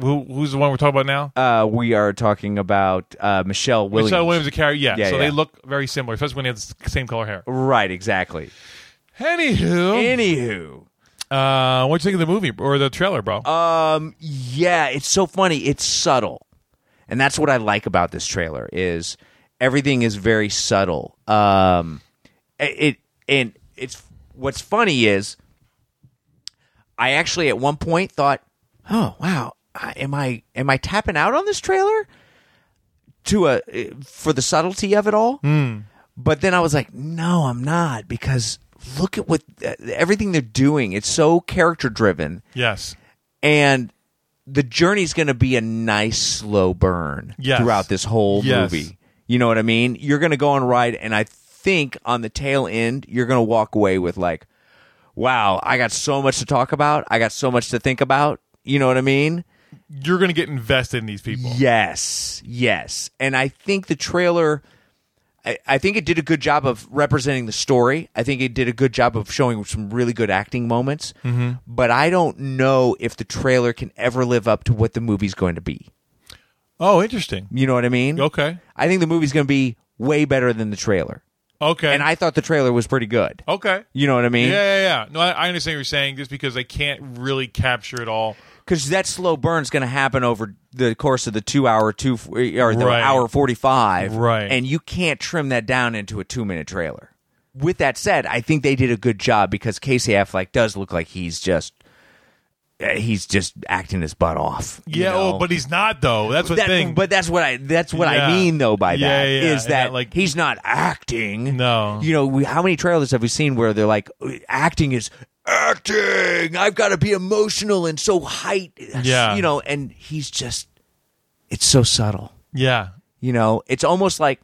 Speaker 3: who, who's the one we're talking about now?
Speaker 2: Uh, we are talking about uh, Michelle Williams.
Speaker 3: Michelle Williams and Carrie. Yeah,
Speaker 2: Yeah,
Speaker 3: so
Speaker 2: yeah.
Speaker 3: they look very similar, especially when they have the same color hair.
Speaker 2: Right. Exactly.
Speaker 3: Anywho,
Speaker 2: Anywho.
Speaker 3: uh, what you think of the movie or the trailer, bro?
Speaker 2: Um, yeah, it's so funny. It's subtle, and that's what I like about this trailer is everything is very subtle. Um, it and it's what's funny is I actually at one point thought, oh wow, I- am I am I tapping out on this trailer to a for the subtlety of it all? But then I was like, no, I'm not because look at what uh, everything they're doing. It's so character driven
Speaker 3: yes,
Speaker 2: and the journey's going to be a nice slow burn
Speaker 3: Yes.
Speaker 2: throughout this whole
Speaker 3: Yes.
Speaker 2: movie. You know what I mean? You're going to go on a ride, and I think on the tail end, you're going to walk away with like, "Wow, I got so much to talk about. I got so much to think about." You know what I mean?
Speaker 3: you're gonna get invested in these people.
Speaker 2: Yes, yes. And I think the trailer, I, I think it did a good job of representing the story. I think it did a good job of showing some really good acting moments. Mm-hmm. But I don't know if the trailer can ever live up to what the movie's going to be.
Speaker 3: Oh, interesting.
Speaker 2: You know what I mean?
Speaker 3: Okay,
Speaker 2: I think the movie's going to be way better than the trailer.
Speaker 3: okay,
Speaker 2: And I thought the trailer was pretty good.
Speaker 3: okay.
Speaker 2: You know what I
Speaker 3: Yeah,
Speaker 2: mean?
Speaker 3: yeah, yeah. No, I, I understand what you're saying. Just because they can't really capture it all.
Speaker 2: because that slow burn's going to happen over the course of the two hour two or the
Speaker 3: Right.
Speaker 2: hour forty five,
Speaker 3: Right.
Speaker 2: And you can't trim that down into a two minute trailer. With that said, I think they did a good job because Casey Affleck does look like he's just eh, he's just acting his butt off. you
Speaker 3: Yeah,
Speaker 2: know?
Speaker 3: oh, but he's not though. That's the
Speaker 2: That-
Speaker 3: thing.
Speaker 2: But that's what I that's what
Speaker 3: Yeah.
Speaker 2: I mean though by
Speaker 3: Yeah,
Speaker 2: that
Speaker 3: yeah,
Speaker 2: is
Speaker 3: yeah. And
Speaker 2: that,
Speaker 3: that, like-
Speaker 2: he's not acting.
Speaker 3: No.
Speaker 2: you know we, how many trailers have we seen where they're like acting is acting. I've got to be emotional and so height.
Speaker 3: Yeah.
Speaker 2: you know, and he's just it's so subtle.
Speaker 3: yeah,
Speaker 2: You know, it's almost like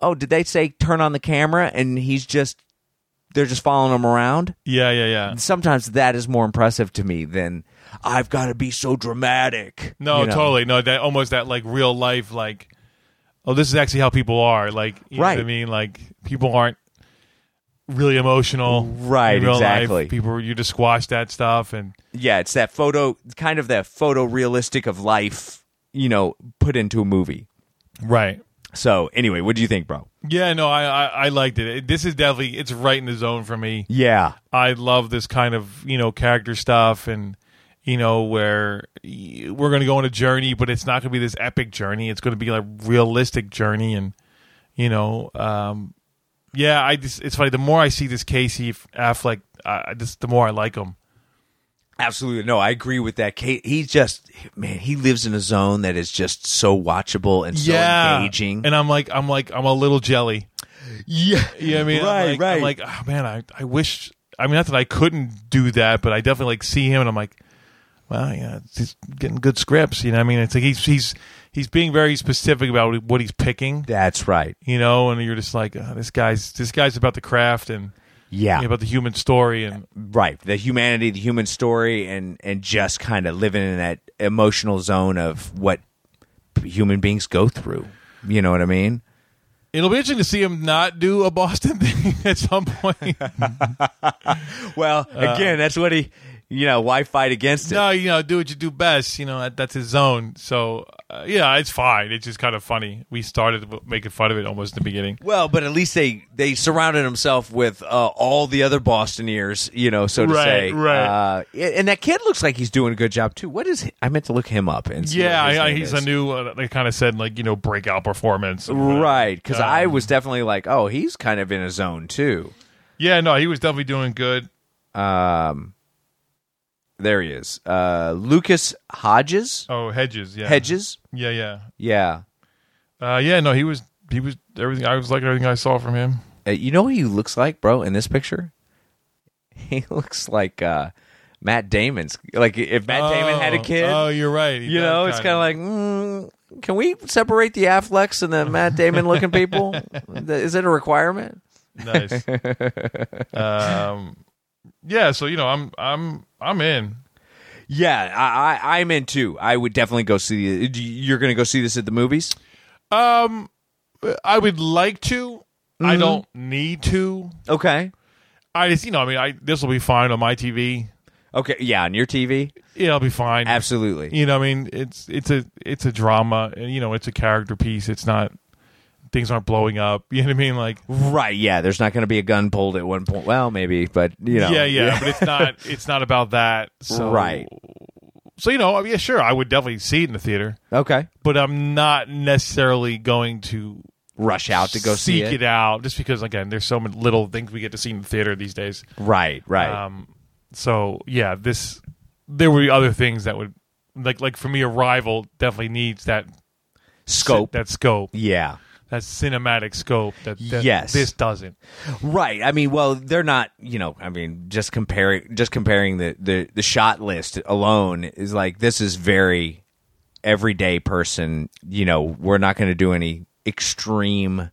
Speaker 2: oh, did they say turn on the camera and he's just they're just following him around.
Speaker 3: yeah, yeah, yeah.
Speaker 2: Sometimes that is more impressive to me than I've got to be so dramatic.
Speaker 3: No,
Speaker 2: you know?
Speaker 3: totally. No, that almost that like real life like. Oh, this is actually how people are. Like, you know what I
Speaker 2: Right.
Speaker 3: mean, like people aren't really emotional.
Speaker 2: Right,
Speaker 3: in real life.
Speaker 2: exactly.
Speaker 3: People, you just squash that stuff, and
Speaker 2: yeah, it's that photo, kind of that photo realistic of life, you know, put into a movie.
Speaker 3: right.
Speaker 2: So anyway, what do you think, bro?
Speaker 3: Yeah, no, I, I I liked it. It- This is definitely it's right in the zone for me.
Speaker 2: Yeah,
Speaker 3: I love this kind of you know character stuff and. You know where y- we're going to go on a journey, but it's not going to be this epic journey. It's going to be like realistic journey, and you know, um, yeah. I just it's funny. The more I see this Casey Affleck, I, I just the more I like him.
Speaker 2: absolutely. No, I agree with that. Kate, he just man, he lives in a zone that is just so watchable and so engaging.
Speaker 3: And I'm like, I'm like, I'm a little jelly.
Speaker 2: yeah,
Speaker 3: You know what I mean? I'm
Speaker 2: Right,
Speaker 3: like-
Speaker 2: right.
Speaker 3: I'm like, oh man, I, I wish. I mean, not that I couldn't do that, but I definitely like see him, and I'm like, well, yeah, he's getting good scripts. You know, what I mean, it's like he's he's he's being very specific about what he's picking.
Speaker 2: that's right.
Speaker 3: You know, and you're just like, oh, this guy's this guy's about the craft and
Speaker 2: Yeah,
Speaker 3: you know, about the human story, and
Speaker 2: right. The humanity, the human story, and and just kind of living in that emotional zone of what human beings go through. You know what I mean?
Speaker 3: it'll be interesting to see him not do a Boston thing at some point.
Speaker 2: Well, again, that's what he you know, why fight against it?
Speaker 3: Uh, No, you know, do what you do best. You know, that, that's his zone. So, uh, yeah, it's fine. It's just kind of funny. We started w- making fun of it almost in the beginning.
Speaker 2: Well, but at least they they surrounded himself with uh, all the other Bostoniers, you know, so to
Speaker 3: Right,
Speaker 2: say.
Speaker 3: right.
Speaker 2: Uh, and that kid looks like he's doing a good job too. What is? He? I meant to look him up. And see
Speaker 3: Yeah,
Speaker 2: what his
Speaker 3: I, I,
Speaker 2: name
Speaker 3: he's
Speaker 2: is.
Speaker 3: a new. Uh, they kind of said like you know breakout performance. and whatever.
Speaker 2: Right, because I
Speaker 3: Um,
Speaker 2: was definitely like, oh, he's kind of in a zone too.
Speaker 3: Yeah, no, he was definitely doing good.
Speaker 2: Um, There he is, uh, Lucas Hodges.
Speaker 3: Oh, Hedges. Yeah,
Speaker 2: Hedges,
Speaker 3: Yeah, yeah,
Speaker 2: yeah.
Speaker 3: uh, yeah. No, he was. He was everything. I was like everything I saw from him.
Speaker 2: Uh, you know who he looks like, bro, in this picture? He looks like uh, Matt Damon's. Like if Matt Damon had a
Speaker 3: Oh,
Speaker 2: kid,
Speaker 3: Oh, you're right.
Speaker 2: you know, it's kind of like, mm, can we separate the Afflecks and the Matt Damon looking people? Th- Is it a requirement?
Speaker 3: nice. um, yeah. So you know, I'm I'm I'm in.
Speaker 2: Yeah, I, I, I'm in too. I would definitely go see. the- You're going to go see this at the movies?
Speaker 3: Um, I would like to.
Speaker 2: Mm-hmm.
Speaker 3: I don't need to.
Speaker 2: Okay.
Speaker 3: I just you know, I mean, I this will be fine on my TV.
Speaker 2: Okay. Yeah, on your TV,
Speaker 3: Yeah, I'll be fine.
Speaker 2: absolutely.
Speaker 3: You know, I mean, it's it's a it's a drama, and you know, it's a character piece. It's not things aren't blowing up. You know what I mean? Like,
Speaker 2: Right. Yeah. There's not going to be a gun pulled at one point. Well, maybe, but you know.
Speaker 3: yeah, yeah, but it's not it's not about that. So,
Speaker 2: Right.
Speaker 3: So you know, I mean, yeah, sure, I would definitely see it in the theater,
Speaker 2: Okay.
Speaker 3: but I'm not necessarily going to
Speaker 2: Rush out to go see
Speaker 3: seek it. out just because again, there's so many little things we get to see in the theater these days.
Speaker 2: Right. Right.
Speaker 3: Um, so yeah, this there were other things that would like like for me, Arrival definitely needs that
Speaker 2: Scope.
Speaker 3: that scope,
Speaker 2: yeah.
Speaker 3: that cinematic scope. That, that
Speaker 2: Yes.
Speaker 3: this doesn't.
Speaker 2: Right. I mean, well, they're not. You know, I mean, just comparing, just comparing the the the shot list alone is like this is very everyday person. You know, we're not going to do any extreme.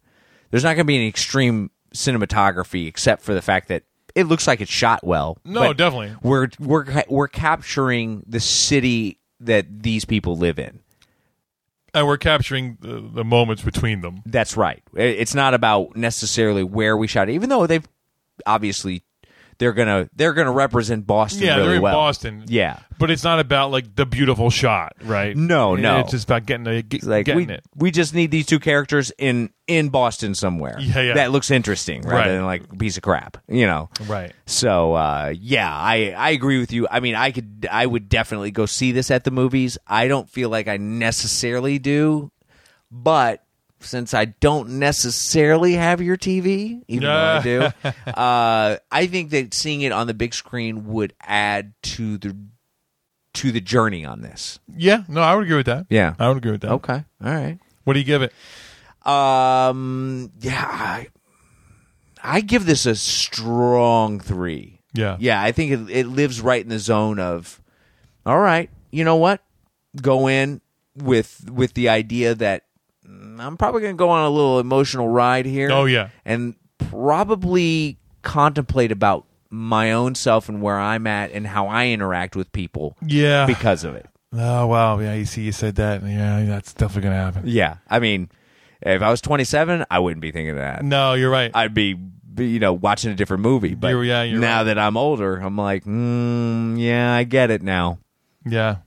Speaker 2: There's not going to be any extreme cinematography, except for the fact that it looks like it's shot well.
Speaker 3: No,
Speaker 2: but
Speaker 3: definitely.
Speaker 2: We're we're ca- we're capturing the city that these people live in.
Speaker 3: And we're capturing the, the moments between them.
Speaker 2: That's right. I- It's not about necessarily where we shot, it, even though they've obviously they're gonna they're gonna represent Boston.
Speaker 3: Yeah,
Speaker 2: really
Speaker 3: they're in
Speaker 2: well.
Speaker 3: Boston.
Speaker 2: Yeah,
Speaker 3: But it's not about like the beautiful shot, right?
Speaker 2: No, no.
Speaker 3: It's just about getting the get,
Speaker 2: It's like
Speaker 3: getting
Speaker 2: we
Speaker 3: it.
Speaker 2: we just need these two characters in in Boston somewhere.
Speaker 3: Yeah, yeah.
Speaker 2: That looks interesting rather
Speaker 3: Right.
Speaker 2: than like a piece of crap. You know.
Speaker 3: Right.
Speaker 2: So uh, yeah, I I agree with you. I mean, I could I would definitely go see this at the movies. I don't feel like I necessarily do, but since I don't necessarily have your TV, even though I do, uh, I think that seeing it on the big screen would add to the to the journey on this.
Speaker 3: Yeah. No, I would agree with that.
Speaker 2: Yeah.
Speaker 3: I would agree with that.
Speaker 2: Okay, all right.
Speaker 3: What do you give it?
Speaker 2: Um, yeah, I, I give this a strong three.
Speaker 3: Yeah.
Speaker 2: yeah, I think it, it lives right in the zone of, all right, you know what, go in with with the idea that mm, I'm probably going to go on a little emotional ride here.
Speaker 3: Oh, yeah.
Speaker 2: and probably contemplate about my own self and where I'm at and how I interact with people
Speaker 3: Yeah.
Speaker 2: because of it.
Speaker 3: oh wow. Yeah. You see, you said that. Yeah. That's definitely gonna happen.
Speaker 2: Yeah, I mean, if I was 27, I wouldn't be thinking of that.
Speaker 3: No, you're right.
Speaker 2: I'd be, be, you know watching a different movie. But
Speaker 3: You're- yeah, you're
Speaker 2: now
Speaker 3: right.
Speaker 2: that I'm older, I'm like, mm, yeah, I get it now.
Speaker 3: yeah.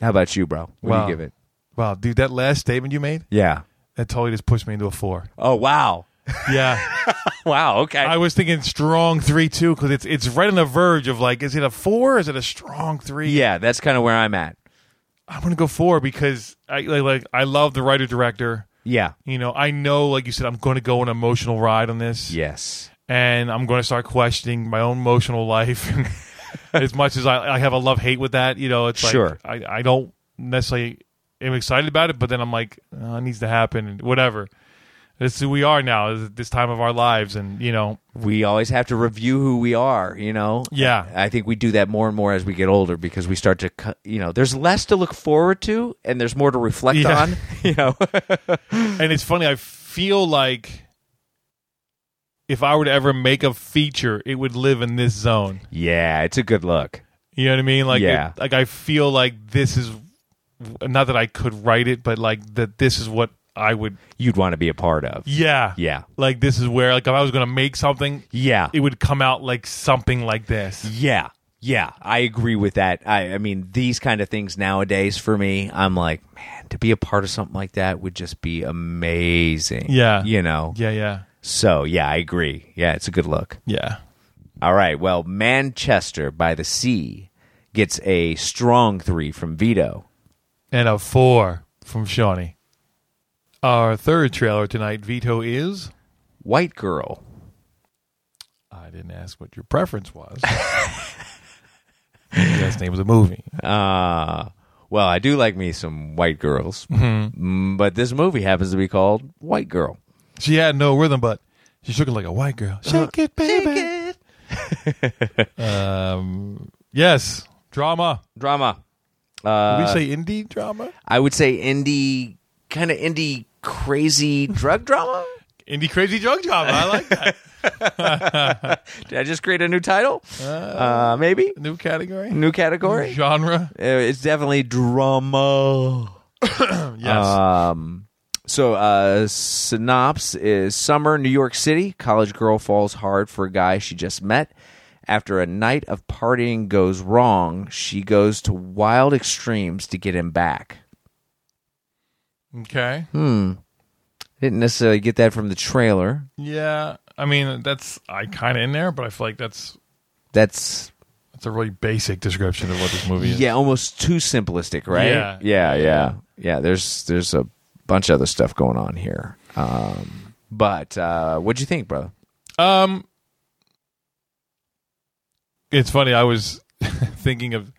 Speaker 2: How about you, bro? What
Speaker 3: Wow.
Speaker 2: do you give it?
Speaker 3: Wow, dude, that last statement you made
Speaker 2: Yeah.
Speaker 3: that totally just pushed me into a four.
Speaker 2: Oh wow.
Speaker 3: Yeah.
Speaker 2: wow. Okay.
Speaker 3: I was thinking strong three two because it's it's right on the verge of like, is it a four? Or is it a strong three?
Speaker 2: yeah, that's kind of where I'm at.
Speaker 3: I'm gonna go four because I like, like I love the writer director.
Speaker 2: Yeah.
Speaker 3: You know, I know, like you said, I'm going to go on an emotional ride on this,
Speaker 2: Yes.
Speaker 3: and I'm going to start questioning my own emotional life. as much as I, I have a love hate with that, you know, it's like
Speaker 2: Sure.
Speaker 3: I, I don't necessarily am excited about it, but then I'm like, oh, it needs to happen, and whatever. That's who we are now. This is this time of our lives, and you know,
Speaker 2: We always have to review who we are, you know.
Speaker 3: Yeah.
Speaker 2: I think we do that more and more as we get older because we start to, cu- you know, there's less to look forward to and there's more to reflect
Speaker 3: Yeah.
Speaker 2: on, you know.
Speaker 3: and it's funny. I feel like if I were to ever make a feature, it would live in this zone.
Speaker 2: yeah, it's a good look.
Speaker 3: You know what I mean? Like,
Speaker 2: Yeah.
Speaker 3: it- like I feel like this is not that I could write it, but like that this is what I would.
Speaker 2: You'd want to be a part of.
Speaker 3: Yeah,
Speaker 2: Yeah.
Speaker 3: Like this is where, like, if I was gonna make something,
Speaker 2: Yeah.
Speaker 3: it would come out like something like this.
Speaker 2: Yeah. Yeah, I agree with that. I, I mean, these kind of things nowadays for me, I'm like, man, to be a part of something like that would just be amazing.
Speaker 3: Yeah.
Speaker 2: You know?
Speaker 3: Yeah, yeah,
Speaker 2: So, yeah, I agree. Yeah, it's a good look.
Speaker 3: yeah.
Speaker 2: All right. Well, Manchester by the Sea gets a strong three from Vito.
Speaker 3: And a four from Shawnee. Our third trailer tonight, Vito is.
Speaker 2: White Girl.
Speaker 3: I didn't ask what your preference was. Last name of the movie.
Speaker 2: Uh, well, I do like me some white girls,
Speaker 3: Mm-hmm.
Speaker 2: Mm, but this movie happens to be called White Girl.
Speaker 3: She had no rhythm, but she shook it like a white girl. Shake it, baby. um, yes, drama.
Speaker 2: Drama.
Speaker 3: Did we say indie drama?
Speaker 2: I would say indie, kind of indie crazy drug drama.
Speaker 3: Indie crazy drug drama. I like that.
Speaker 2: Did I just create a new title? Uh, maybe
Speaker 3: New category.
Speaker 2: new category. Uh,
Speaker 3: genre.
Speaker 2: It's definitely drama.
Speaker 3: Yes.
Speaker 2: Um, so uh, synopsis is summer New York City. College girl falls hard for a guy she just met. After a night of partying goes wrong, she goes to wild extremes to get him back.
Speaker 3: okay.
Speaker 2: Didn't necessarily get that from the trailer.
Speaker 3: Yeah. I mean, that's I kind of in there, but I feel like that's
Speaker 2: That's
Speaker 3: that's a really basic description of what this movie is.
Speaker 2: yeah, almost too simplistic, right?
Speaker 3: Yeah.
Speaker 2: yeah, yeah. Yeah, there's there's a bunch of other stuff going on here. Um, but uh, what'd you think, bro?
Speaker 3: Um, it's funny. I was thinking of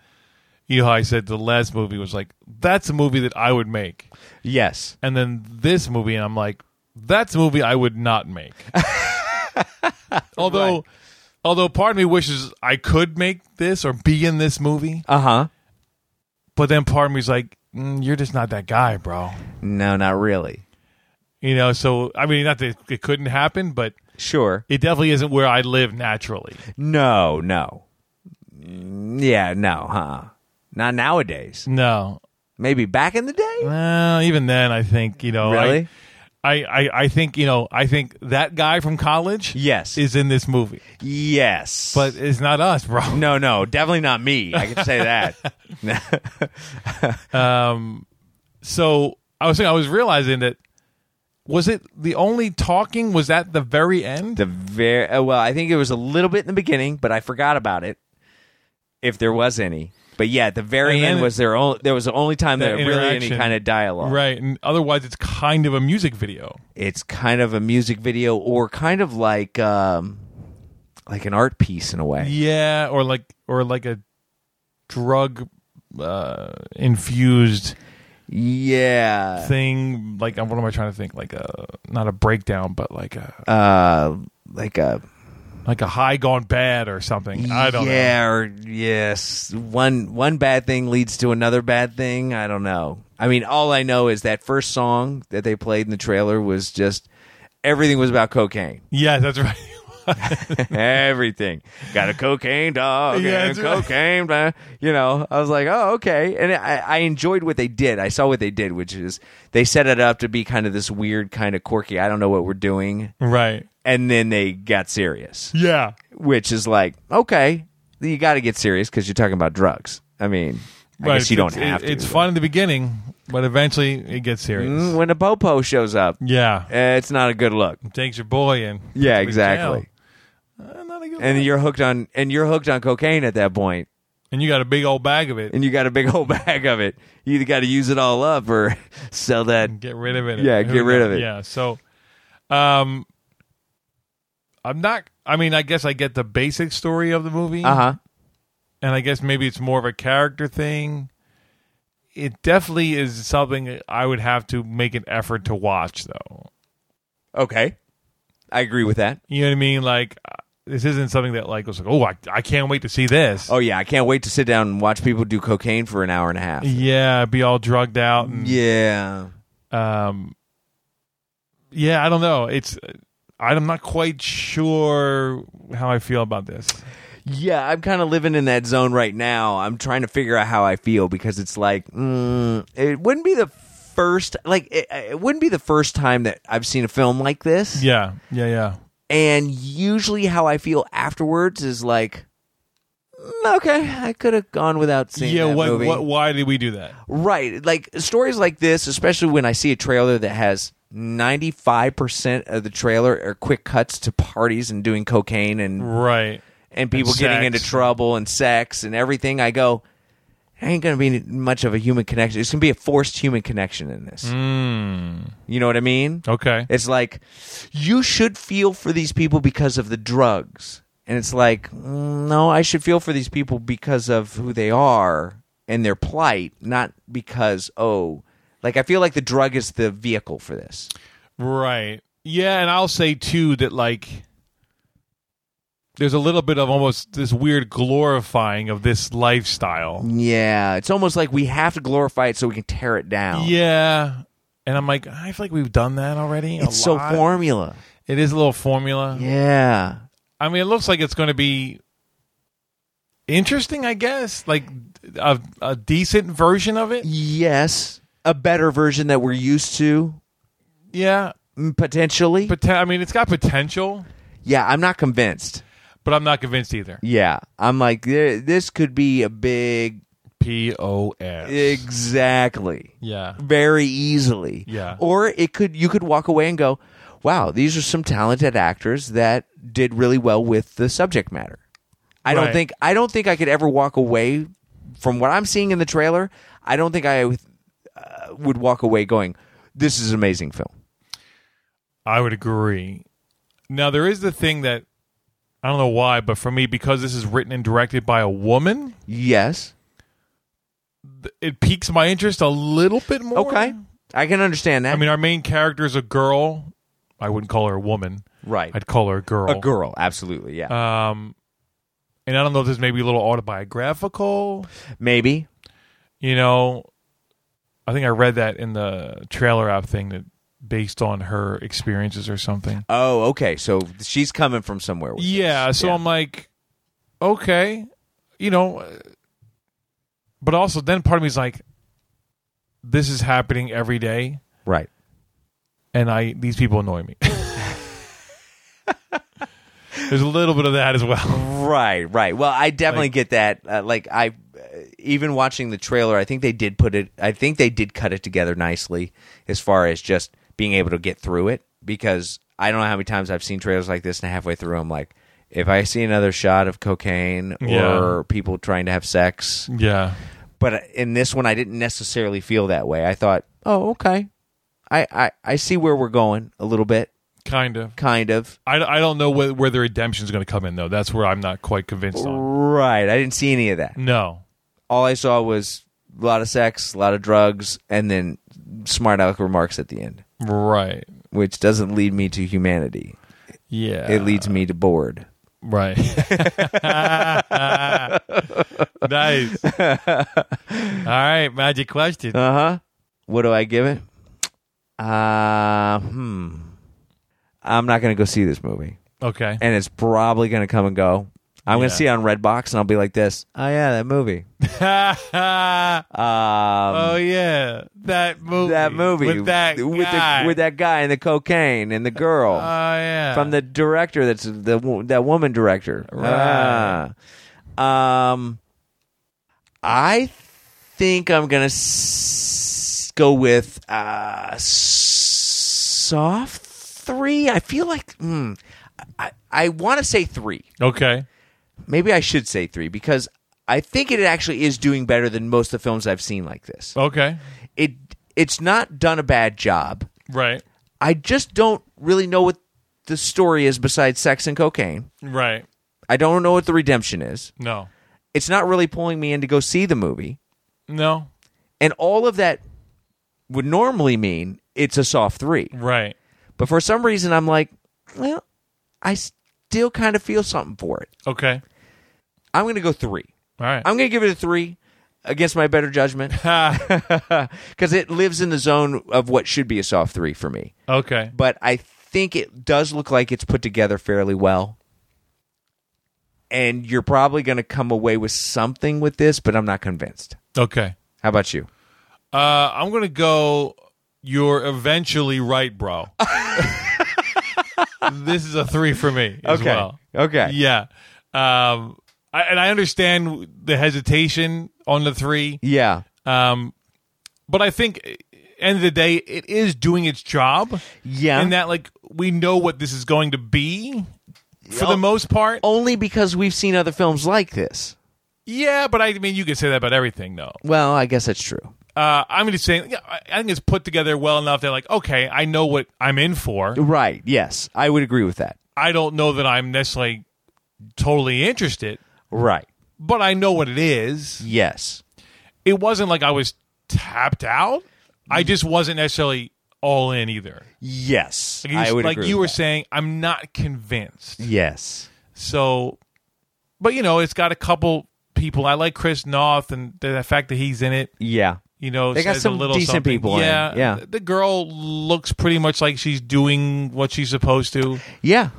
Speaker 3: you know how I said the last movie was like that's a movie that I would make,
Speaker 2: Yes.
Speaker 3: and then this movie, and I'm like that's a movie I would not make. although, although part of me wishes I could make this or be in this movie,
Speaker 2: Uh huh.
Speaker 3: but then part of me's like, mm, you're just not that guy, bro.
Speaker 2: No, not really.
Speaker 3: You know, so I mean, not that it couldn't happen, but
Speaker 2: Sure.
Speaker 3: it definitely isn't where I live naturally.
Speaker 2: No, no. Mm, Yeah, no, huh? Not nowadays.
Speaker 3: No,
Speaker 2: Maybe back in the day?
Speaker 3: Well, even then, I think you know.
Speaker 2: Really?
Speaker 3: I, I, I, I think you know. I think that guy from college,
Speaker 2: Yes.
Speaker 3: is in this movie,
Speaker 2: Yes.
Speaker 3: but it's not us, bro.
Speaker 2: no, no, definitely not me. I can say that.
Speaker 3: So I was thinking, I was realizing that was it the only talking was at the very end.
Speaker 2: the very uh, well i think it was a little bit in the beginning but i forgot about it if there was any but yeah at the very
Speaker 3: And then
Speaker 2: end
Speaker 3: it-
Speaker 2: was there only there was the only time
Speaker 3: That
Speaker 2: there really any
Speaker 3: interaction.
Speaker 2: kind of dialogue
Speaker 3: Right, and otherwise it's kind of a music video.
Speaker 2: it's kind of a music video or kind of like um like an art piece in a way
Speaker 3: Yeah, or like or like a drug uh infused
Speaker 2: yeah
Speaker 3: thing. Like uh, what am I trying to think? Like a not a breakdown, but like a
Speaker 2: uh like a
Speaker 3: like a high gone bad or something. I don't know.
Speaker 2: yeah or yes one one bad thing leads to another bad thing i don't know i mean all i know is that first song that they played in the trailer was just everything was about cocaine
Speaker 3: Yeah, that's right.
Speaker 2: everything. Got a cocaine dog
Speaker 3: Yeah,
Speaker 2: and
Speaker 3: that's right.
Speaker 2: cocaine. Blah. You know, I was like, oh, okay. And I, I enjoyed what they did. I saw what they did, which is they set it up to be kind of this weird, kind of quirky. I don't know what we're doing,
Speaker 3: right.
Speaker 2: and then they got serious,
Speaker 3: Yeah.
Speaker 2: which is like, okay, you got to get serious because you're talking about drugs. I mean, I
Speaker 3: right.
Speaker 2: guess you don't
Speaker 3: It's-
Speaker 2: have
Speaker 3: it-
Speaker 2: to.
Speaker 3: It's
Speaker 2: but-
Speaker 3: fun in the beginning, but eventually it gets serious.
Speaker 2: Mm, When a popo shows up,
Speaker 3: Yeah.
Speaker 2: eh, it's not a good look.
Speaker 3: Takes your boy and
Speaker 2: Yeah,
Speaker 3: puts him in
Speaker 2: exactly.
Speaker 3: jail. Uh, not a good
Speaker 2: And
Speaker 3: look.
Speaker 2: you're hooked on and you're hooked on cocaine at that point.
Speaker 3: and you got a big old bag of it.
Speaker 2: and you got a big old bag of it. You either got to use it all up or sell that.
Speaker 3: Get rid of it.
Speaker 2: Yeah,
Speaker 3: Who
Speaker 2: get rid of
Speaker 3: knows?
Speaker 2: it.
Speaker 3: Yeah. So, um, I'm not. I mean, I guess I get the basic story of the movie.
Speaker 2: Uh huh.
Speaker 3: and I guess maybe it's more of a character thing. It definitely is something I would have to make an effort to watch, though.
Speaker 2: Okay. I agree with that.
Speaker 3: You know what I mean? Like uh, this isn't something that like was like, oh, I, I can't wait to see this.
Speaker 2: Oh yeah, I can't wait to sit down and watch people do cocaine for an hour and a half.
Speaker 3: yeah, be all drugged out. And,
Speaker 2: Yeah.
Speaker 3: Um, yeah, I don't know. It's I'm not quite sure how I feel about this.
Speaker 2: Yeah, I'm kind of living in that zone right now. I'm trying to figure out how I feel because it's like mm, it wouldn't be the first like it, it wouldn't be the first time that I've seen a film like this.
Speaker 3: Yeah, yeah, yeah.
Speaker 2: And usually how I feel afterwards is like mm, okay, I could have gone without seeing
Speaker 3: yeah,
Speaker 2: that
Speaker 3: what,
Speaker 2: movie.
Speaker 3: what? Why did we do that?
Speaker 2: Right. Like stories like this, especially when I see a trailer that has 95% of the trailer are quick cuts to parties and doing cocaine and
Speaker 3: Right.
Speaker 2: and people
Speaker 3: And
Speaker 2: getting
Speaker 3: sex.
Speaker 2: into trouble and sex and everything. I go, there ain't going to be much of a human connection. It's going to be a forced human connection in this.
Speaker 3: Hmm.
Speaker 2: You know what I mean?
Speaker 3: Okay.
Speaker 2: It's like you should feel for these people because of the drugs, and it's like mm, no, I should feel for these people because of who they are and their plight, not because oh, like I feel like the drug is the vehicle for this.
Speaker 3: Right. Yeah, and I'll say too that like there's a little bit of almost this weird glorifying of this lifestyle.
Speaker 2: Yeah, it's almost like we have to glorify it so we can tear it down.
Speaker 3: Yeah. And I'm like, I feel like we've done that already. a
Speaker 2: it's so
Speaker 3: lot.
Speaker 2: formula.
Speaker 3: It is a little formula.
Speaker 2: Yeah,
Speaker 3: I mean, it looks like it's going to be interesting, I guess. Like a, a decent version of it.
Speaker 2: yes, a better version that we're used to
Speaker 3: Yeah.
Speaker 2: mm, potentially.
Speaker 3: But I mean, it's got potential,
Speaker 2: yeah, I'm not convinced.
Speaker 3: but I'm not convinced either.
Speaker 2: Yeah, I'm like th- this could be a big
Speaker 3: P O S.
Speaker 2: Exactly.
Speaker 3: yeah.
Speaker 2: Very easily.
Speaker 3: Yeah.
Speaker 2: Or it could you could walk away and go, "Wow, these are some talented actors that did really well with the subject matter." I don't
Speaker 3: Right.
Speaker 2: think I don't think I could ever walk away from what I'm seeing in the trailer. I don't think I uh, would walk away going, "This is an amazing film."
Speaker 3: I would agree. Now there is the thing that I don't know why, but for me, because this is written and directed by a woman,
Speaker 2: Yes.
Speaker 3: th- it piques my interest a little bit more.
Speaker 2: Okay. I can understand that.
Speaker 3: I mean, our main character is a girl. I wouldn't call her a woman.
Speaker 2: right.
Speaker 3: I'd call her a girl.
Speaker 2: A girl, absolutely. Yeah.
Speaker 3: Um, and I don't know if this may be a little autobiographical.
Speaker 2: Maybe.
Speaker 3: You know, I think I read that in the trailer app thing that based on her experiences or something.
Speaker 2: Oh, okay. So she's coming from somewhere. With
Speaker 3: Yeah,
Speaker 2: this.
Speaker 3: so I'm like, okay, you know, uh, but also then part of me is like, this is happening every day,
Speaker 2: right.
Speaker 3: and I these people annoy me. There's a little bit of that as well.
Speaker 2: Right, right. Well, I definitely
Speaker 3: Like-
Speaker 2: get that. Uh, like I, uh, even watching the trailer, I think they did put it. I think they did cut it together nicely as far as just being able to get through it. Because I don't know how many times I've seen trailers like this, and halfway through, I'm like, if I see another shot of cocaine or
Speaker 3: Yeah.
Speaker 2: people trying to have sex,
Speaker 3: Yeah,
Speaker 2: but in this one, I didn't necessarily feel that way. I thought, oh, okay, I I, I see where we're going a little bit,
Speaker 3: kind of.
Speaker 2: kind of.
Speaker 3: I, I don't know where, where the redemption is going to come in though. That's where I'm not quite convinced on.
Speaker 2: Right. I didn't see any of that.
Speaker 3: No,
Speaker 2: all I saw was a lot of sex, a lot of drugs, and then smart aleck remarks at the end,
Speaker 3: right?
Speaker 2: which doesn't lead me to humanity.
Speaker 3: Yeah,
Speaker 2: It leads me to bored.
Speaker 3: Right. nice. All right, magic question.
Speaker 2: Uh huh. What do I give it? Uh hmm. I'm not gonna go see this movie,
Speaker 3: Okay.
Speaker 2: and it's probably gonna come and go. I'm gonna
Speaker 3: Yeah.
Speaker 2: see it on Redbox, and I'll be like this. Oh yeah, that movie.
Speaker 3: oh
Speaker 2: Um,
Speaker 3: yeah, that movie.
Speaker 2: that movie
Speaker 3: with that
Speaker 2: with,
Speaker 3: guy.
Speaker 2: The, with that guy and the cocaine and the girl.
Speaker 3: Oh yeah.
Speaker 2: from the director that's the wo- that woman director.
Speaker 3: Right.
Speaker 2: Ah. um, I think I'm gonna s- go with uh, soft three. I feel like mm, I I want to say three.
Speaker 3: okay.
Speaker 2: Maybe I should say three because I think it actually is doing better than most of the films I've seen like this.
Speaker 3: Okay.
Speaker 2: It it's not done a bad job.
Speaker 3: Right.
Speaker 2: I just don't really know what the story is besides sex and cocaine.
Speaker 3: Right.
Speaker 2: I don't know what the redemption is.
Speaker 3: No.
Speaker 2: It's not really pulling me in to go see the movie.
Speaker 3: No.
Speaker 2: And all of that would normally mean it's a soft three.
Speaker 3: Right.
Speaker 2: But for some reason, I'm like, well, I still kind of feel something for it.
Speaker 3: Okay.
Speaker 2: I'm going to go three.
Speaker 3: All right.
Speaker 2: I'm going to give it a three against my better judgment because it lives in the zone of what should be a soft three for me.
Speaker 3: okay.
Speaker 2: but I think it does look like it's put together fairly well. And you're probably going to come away with something with this, but I'm not convinced.
Speaker 3: Okay.
Speaker 2: How about you?
Speaker 3: Uh, I'm gonna go. You're eventually right, bro. this is a three for me. As Well.
Speaker 2: Okay.
Speaker 3: Yeah. Um, I, and I understand the hesitation on the three,
Speaker 2: Yeah.
Speaker 3: um, but I think eh, end of the day, it is doing its job.
Speaker 2: Yeah.
Speaker 3: in that like we know what this is going to be for the most part.
Speaker 2: Only because we've seen other films like this.
Speaker 3: Yeah, but I mean, you could say that about everything, though.
Speaker 2: Well, I guess that's true.
Speaker 3: Uh, I'm just saying, yeah, I I think it's put together well enough. They're like, okay, I know what I'm in for.
Speaker 2: Right. Yes. I would agree with that.
Speaker 3: I don't know that I'm necessarily totally interested,
Speaker 2: Right.
Speaker 3: but I know what it is.
Speaker 2: Yes.
Speaker 3: It wasn't like I was tapped out. I just wasn't necessarily all in either.
Speaker 2: Yes.
Speaker 3: Like you,
Speaker 2: I would
Speaker 3: like
Speaker 2: agree
Speaker 3: you
Speaker 2: with
Speaker 3: were
Speaker 2: that.
Speaker 3: saying, I'm not convinced.
Speaker 2: Yes.
Speaker 3: So, but you know, it's got a couple people. I like Chris Noth and the, the fact that he's in it.
Speaker 2: Yeah.
Speaker 3: You know,
Speaker 2: They got
Speaker 3: says
Speaker 2: some
Speaker 3: a little
Speaker 2: decent
Speaker 3: something.
Speaker 2: people in,
Speaker 3: Yeah,
Speaker 2: yeah.
Speaker 3: th- The girl looks pretty much like she's doing what she's supposed to.
Speaker 2: Yeah.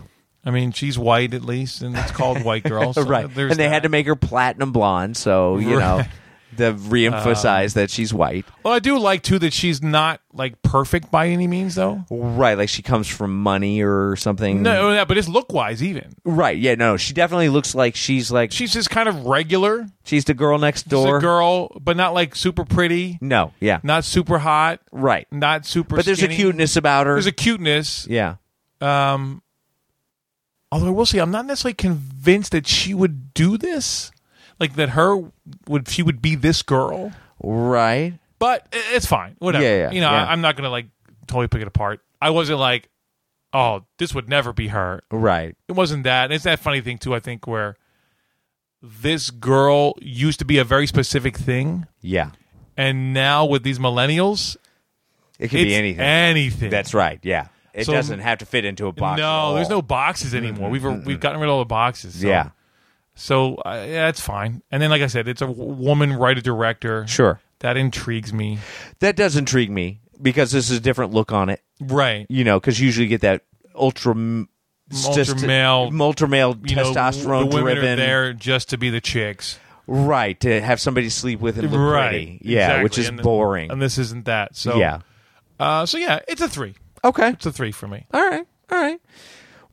Speaker 3: I mean, she's white at least, and it's called white girl. so
Speaker 2: right.
Speaker 3: uh, there's
Speaker 2: And they had
Speaker 3: that.
Speaker 2: to make her platinum blonde, so you know,
Speaker 3: Right. Um,
Speaker 2: to reemphasize that she's white.
Speaker 3: Well, I do like too that she's not like perfect by any means, though.
Speaker 2: Right. Like she comes from money or something.
Speaker 3: No, yeah, but it's look wise even.
Speaker 2: Right. Yeah. No. She definitely looks like she's like
Speaker 3: She's just kind of regular.
Speaker 2: she's the girl next
Speaker 3: She's
Speaker 2: door.
Speaker 3: a girl, but not like super pretty,
Speaker 2: No. Yeah.
Speaker 3: not super hot,
Speaker 2: Right.
Speaker 3: not super.
Speaker 2: But there's
Speaker 3: skinny.
Speaker 2: a cuteness about her.
Speaker 3: There's a cuteness.
Speaker 2: yeah.
Speaker 3: Um, although I will say, I'm not necessarily convinced that she would do this, like that her would she would be this girl.
Speaker 2: Right.
Speaker 3: But i- it's fine, whatever.
Speaker 2: Yeah, yeah,
Speaker 3: you know,
Speaker 2: yeah.
Speaker 3: I, I'm not gonna like totally pick it apart. I wasn't like, oh, this would never be her.
Speaker 2: Right.
Speaker 3: It wasn't that. And it's that funny thing too. I think where this girl used to be a very specific thing,
Speaker 2: Yeah.
Speaker 3: and now with these millennials,
Speaker 2: It could
Speaker 3: it's
Speaker 2: be anything.
Speaker 3: Anything.
Speaker 2: That's right. Yeah. It
Speaker 3: So-
Speaker 2: doesn't have to fit into a box. at
Speaker 3: No,
Speaker 2: all. Mm-hmm.
Speaker 3: there's no boxes anymore. We've we've gotten rid of all the boxes. so-
Speaker 2: Yeah.
Speaker 3: So uh, yeah, that's fine. And then, like I said, it's a w- woman writer director.
Speaker 2: Sure.
Speaker 3: That intrigues me.
Speaker 2: That does intrigue me because this is a different look on it.
Speaker 3: Right.
Speaker 2: You know, because usually you get that ultra m-
Speaker 3: Ultra
Speaker 2: just-
Speaker 3: male-
Speaker 2: ultra male
Speaker 3: You know,
Speaker 2: testosterone
Speaker 3: the women
Speaker 2: driven,
Speaker 3: are there just to be the chicks.
Speaker 2: right? To have somebody sleep with and look pretty, yeah,
Speaker 3: Exactly.
Speaker 2: which is
Speaker 3: And th-
Speaker 2: boring.
Speaker 3: And this isn't that. So
Speaker 2: yeah.
Speaker 3: Uh, so yeah, it's a three.
Speaker 2: Okay.
Speaker 3: It's a three for me.
Speaker 2: All right. All right.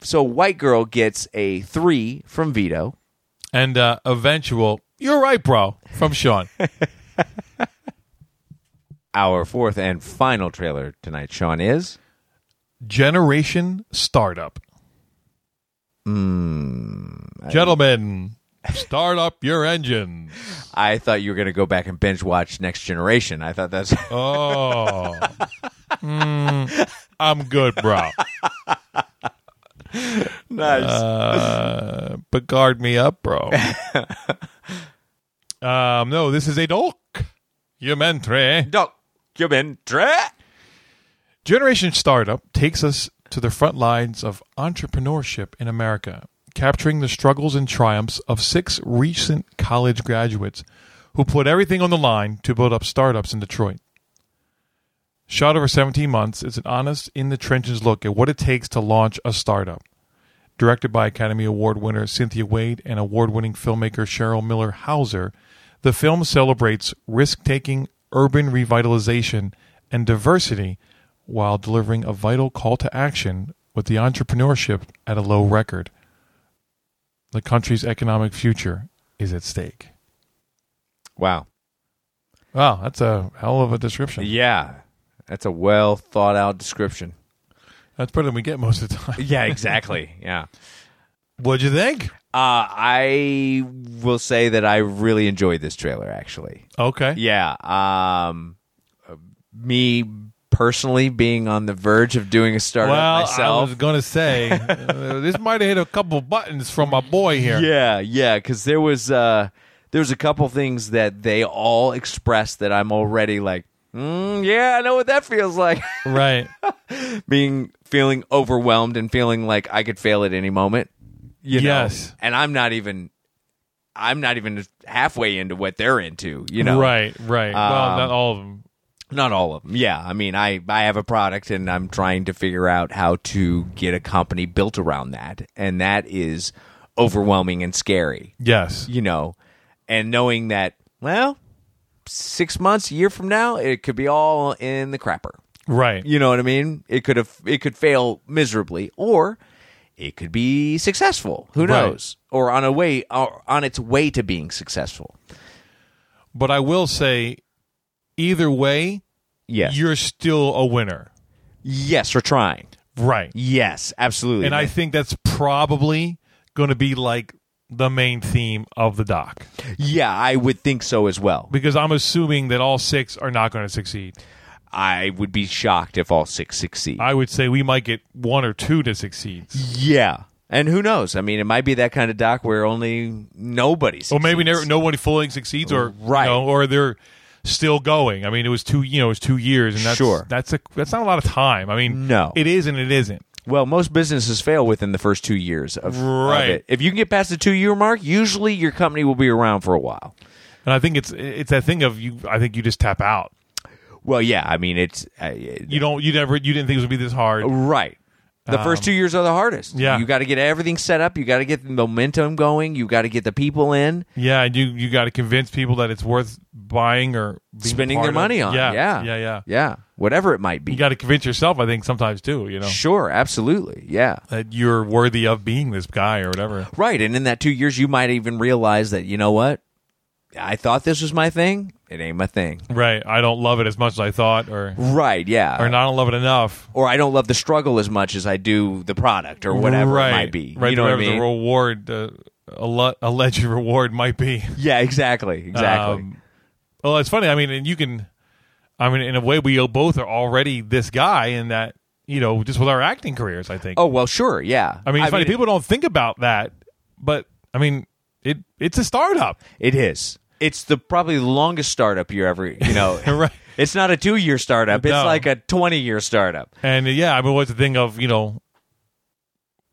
Speaker 2: So white girl gets a three from Vito.
Speaker 3: And uh, eventual. You're right, bro. From Sean.
Speaker 2: Our fourth and final trailer tonight, Sean is
Speaker 3: Generation startup.
Speaker 2: Hmm.
Speaker 3: Gentlemen, start up your engines.
Speaker 2: I thought you were going to go back and binge watch Next Generation. I thought that's
Speaker 3: Oh. Mm, I'm good, bro.
Speaker 2: nice.
Speaker 3: Uh, but guard me up, bro. um, no, this is a doc. Humentary.
Speaker 2: Doc, you've been tra-
Speaker 3: Generation Startup takes us to the front lines of entrepreneurship in America, capturing the struggles and triumphs of six recent college graduates who put everything on the line to build up startups in Detroit. Shot over 17 months, it's an honest, in the trenches look at what it takes to launch a startup. Directed by Academy Award winner Cynthia Wade and award winning filmmaker Cheryl Miller Hauser, the film celebrates risk taking, urban revitalization, and diversity while delivering a vital call to action with the entrepreneurship at a low record. The country's economic future is at stake.
Speaker 2: Wow.
Speaker 3: Wow, that's a hell of a description.
Speaker 2: Yeah. That's a well thought out description.
Speaker 3: That's better than we get most of the time.
Speaker 2: Yeah, exactly. yeah.
Speaker 3: What'd you think?
Speaker 2: Uh, I will say that I really enjoyed this trailer, actually.
Speaker 3: Okay.
Speaker 2: Yeah. Um, me personally being on the verge of doing a startup
Speaker 3: well, I
Speaker 2: myself.
Speaker 3: was gonna say uh, this might have hit a couple buttons from my boy here.
Speaker 2: Yeah, yeah, because there was uh, there was a couple things that they all expressed that I'm already like, mm, yeah, I know what that feels like.
Speaker 3: Right.
Speaker 2: being feeling overwhelmed and feeling like I could fail at any moment. You know?
Speaker 3: Yes.
Speaker 2: And I'm not even I'm not even halfway into what they're into, you know.
Speaker 3: Right. Right. well, not all of them.
Speaker 2: Not all of them. Yeah. I mean, I I have a product and I'm trying to figure out how to get a company built around that, and that is overwhelming and scary,
Speaker 3: Yes.
Speaker 2: you know. And knowing that, well, 6 months, a year from now, it could be all in the crapper.
Speaker 3: Right.
Speaker 2: You know what I mean? It could have it could fail miserably or it could be successful. Who
Speaker 3: Right.
Speaker 2: knows? Or on a way or on its way to being successful.
Speaker 3: But I will say, either way,
Speaker 2: Yes.
Speaker 3: you're still a winner.
Speaker 2: yes, we're trying.
Speaker 3: Right.
Speaker 2: Yes, absolutely.
Speaker 3: And I
Speaker 2: man.
Speaker 3: think that's probably going to be like the main theme of the doc
Speaker 2: yeah, I would think so as well.
Speaker 3: because I'm assuming that all six are not going to succeed.
Speaker 2: I would be shocked if all six succeed.
Speaker 3: I would say we might get one or two to succeed.
Speaker 2: yeah. And who knows? I mean, it might be that kind of doc where only nobody succeeds.
Speaker 3: Or maybe never, nobody fully succeeds, or
Speaker 2: Right.
Speaker 3: you know, or they're still going. I mean, it was two, you know, it was two years, and that's
Speaker 2: Sure.
Speaker 3: that's a that's not a lot of time. I mean,
Speaker 2: No.
Speaker 3: it is and it isn't.
Speaker 2: Well, most businesses fail within the first two years of, of
Speaker 3: Right.
Speaker 2: it. If you can get past the two year mark, usually your company will be around for a while.
Speaker 3: And I think it's it's that thing of you. I think you just tap out.
Speaker 2: Well, yeah, I mean it's uh, you
Speaker 3: You don't. You never. You didn't think it was gonna be this hard.
Speaker 2: Oh. right. The first two years are the hardest.
Speaker 3: Um, yeah.
Speaker 2: you got to get everything set up. You got to get the momentum going. You got to get the people in
Speaker 3: Yeah, and you you got to convince people that it's worth buying or being
Speaker 2: spending
Speaker 3: part
Speaker 2: their
Speaker 3: of.
Speaker 2: money on.
Speaker 3: Yeah,
Speaker 2: it. yeah,
Speaker 3: yeah, yeah.
Speaker 2: yeah. Whatever it might be.
Speaker 3: You got to convince yourself. I think sometimes too. You know
Speaker 2: Sure, absolutely, yeah.
Speaker 3: that you're worthy of being this guy or whatever.
Speaker 2: Right. And in that two years, you might even realize that, you know what? I thought this was my thing. It ain't my thing.
Speaker 3: Right. I don't love it as much as I thought, or
Speaker 2: Right. Yeah.
Speaker 3: or not I don't love it enough.
Speaker 2: Or I don't love the struggle as much as I do the product or whatever
Speaker 3: right.
Speaker 2: it might be.
Speaker 3: Right.
Speaker 2: you know what I
Speaker 3: whatever
Speaker 2: mean?
Speaker 3: the reward, uh, alle- alleged reward might be.
Speaker 2: yeah, exactly. Exactly.
Speaker 3: Um, well, it's funny. I mean, and you can. I mean, in a way, we both are already this guy in that you know just with our acting careers. I think.
Speaker 2: oh, well, sure. Yeah.
Speaker 3: I mean, it's funny. people don't think about that, but I mean, it it's a startup,
Speaker 2: It is. It's the probably the longest startup you're ever, you know.
Speaker 3: Right.
Speaker 2: It's not a two year startup. It's
Speaker 3: No.
Speaker 2: like a 20 year startup.
Speaker 3: and uh, yeah, I mean, what's the thing of you know,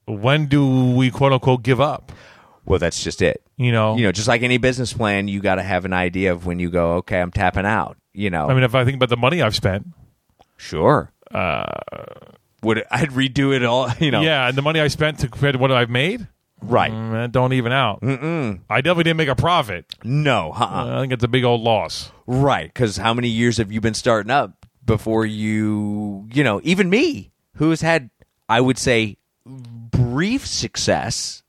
Speaker 3: when do we quote unquote give up?
Speaker 2: Well, that's just it.
Speaker 3: You know,
Speaker 2: You know, just like any business plan, you got to have an idea of when you go, okay, I'm tapping out, you know.
Speaker 3: I mean, if I think about the money I've spent,
Speaker 2: Sure. Uh, would I'd redo it all? You know.
Speaker 3: yeah, and the money I spent to compared to what I've made,
Speaker 2: Right.
Speaker 3: mm, that don't even out. Mm-mm. I definitely didn't make a profit.
Speaker 2: No. Uh-uh.
Speaker 3: I think it's a big old loss.
Speaker 2: Right. Because how many years have you been starting up before you? You know, even me, who has had, I would say, brief success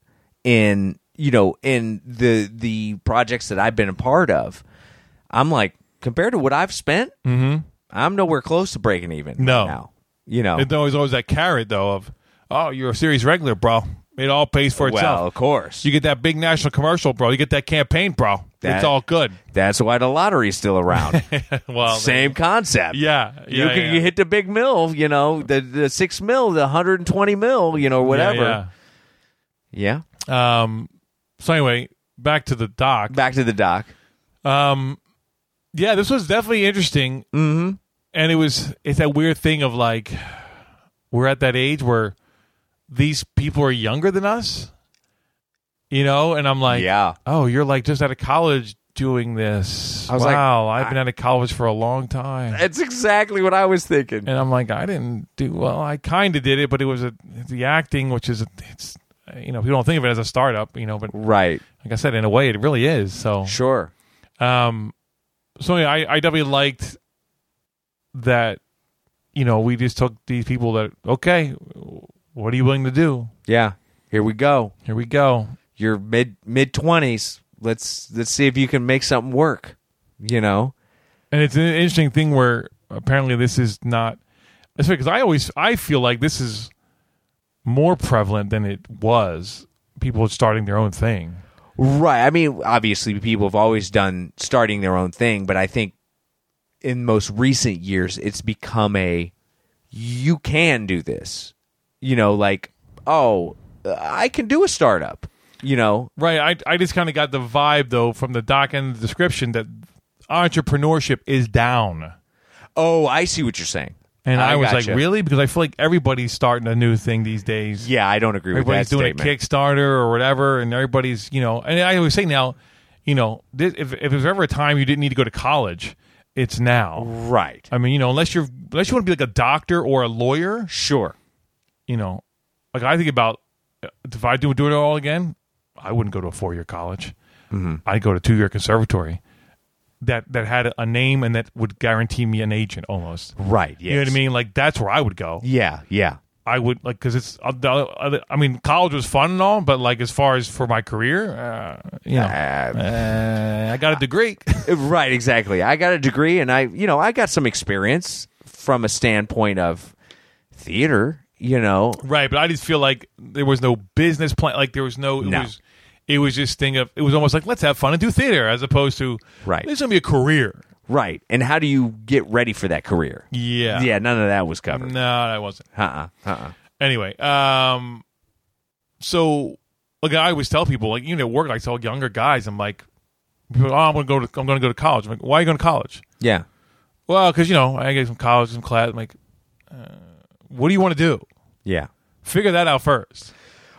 Speaker 2: in you know in the the projects that I've been a part of. I'm like compared to what I've spent, I'm nowhere close to breaking even. right
Speaker 3: Mm-hmm. No.
Speaker 2: now. You know.
Speaker 3: It's always always that carrot though of, oh, you're a serious regular, bro. It all pays for itself.
Speaker 2: well, of course.
Speaker 3: You get that big national commercial, bro. You get that campaign, bro.
Speaker 2: That-
Speaker 3: it's all good.
Speaker 2: That's why the lottery's still around.
Speaker 3: Well,
Speaker 2: Same concept.
Speaker 3: Yeah,
Speaker 2: you
Speaker 3: yeah,
Speaker 2: can
Speaker 3: yeah.
Speaker 2: you hit the big mill, you know, the the six mill, the hundred and twenty mill, you know, whatever. Yeah,
Speaker 3: Yeah, yeah. Um. So anyway, back to the doc.
Speaker 2: Back to the doc.
Speaker 3: Um. Yeah, this was definitely interesting. Mm-hmm. And it was it's that weird thing of like we're at that age where these people are younger than us, you know. And I'm like,
Speaker 2: Yeah.
Speaker 3: oh, you're like just out of college doing this.
Speaker 2: I was like,
Speaker 3: wow, I've
Speaker 2: I-
Speaker 3: been out of college for a long time.
Speaker 2: That's exactly what I was thinking.
Speaker 3: and I'm like, I didn't do well. I kind of did it, but it was a, the acting, which is a, it's you know people don't think of it as a startup, you know, but like
Speaker 2: Right.
Speaker 3: I said, in a way, it really is. So,
Speaker 2: Sure.
Speaker 3: um, so yeah, I I definitely liked that. You know, we just took these people that okay, what are you willing to do?
Speaker 2: Yeah. Here we go.
Speaker 3: Here we go.
Speaker 2: You're mid mid twenties. Let's let's see if you can make something work. You know?
Speaker 3: And it's an interesting thing where apparently this is not. It's because I always I feel like this is more prevalent than it was. People starting their own thing.
Speaker 2: Right. I mean, obviously people have always done starting their own thing, but I think in most recent years it's become a you can do this. You know, like, oh, I can do a startup. You know,
Speaker 3: Right. I I just kind of got the vibe though from the doc and the description that entrepreneurship is down.
Speaker 2: oh, I see what you're saying.
Speaker 3: And I, was
Speaker 2: gotcha.
Speaker 3: like, really? Because I feel like everybody's starting a new thing these days.
Speaker 2: Yeah, I don't agree with that
Speaker 3: everybody's doing
Speaker 2: statement.
Speaker 3: a Kickstarter or whatever, and everybody's you know. And I always say now, you know, this, if if there's ever a time you didn't need to go to college, it's now.
Speaker 2: Right.
Speaker 3: I mean, you know, unless you're unless you want to be like a doctor or a lawyer,
Speaker 2: Sure.
Speaker 3: you know, like I think about uh, if I do do it all again, I wouldn't go to a four year college.
Speaker 2: Mm-hmm.
Speaker 3: I'd go to two year conservatory that that had a name and that would guarantee me an agent almost.
Speaker 2: Right. Yes.
Speaker 3: You know what I mean? Like that's where I would go.
Speaker 2: Yeah. Yeah.
Speaker 3: I would like because it's. uh, the other- I mean, college was fun and all, but like as far as for my career, uh, you know, uh, I got a degree.
Speaker 2: Right, exactly. I got a degree and I, you know, I got some experience from a standpoint of theater, you know.
Speaker 3: Right, but I just feel like there was no business plan. Like there was no. It
Speaker 2: No.
Speaker 3: was it was just thing of it was almost like let's have fun and do theater as opposed to
Speaker 2: Right.
Speaker 3: It's gonna be a career.
Speaker 2: Right. And how do you get ready for that career?
Speaker 3: Yeah.
Speaker 2: Yeah, none of that was
Speaker 3: No,
Speaker 2: covered.
Speaker 3: that wasn't.
Speaker 2: Uh-uh. Uh-uh.
Speaker 3: Anyway, um, so like I always tell people, like you know, work. Like I tell younger guys, I'm like, people, oh, I'm gonna go to I'm gonna go to college. I'm like, why are you going to college?
Speaker 2: Yeah.
Speaker 3: Well, because you know, I get some college, some class. I'm like, uh, what do you want to do?
Speaker 2: Yeah.
Speaker 3: Figure that out first.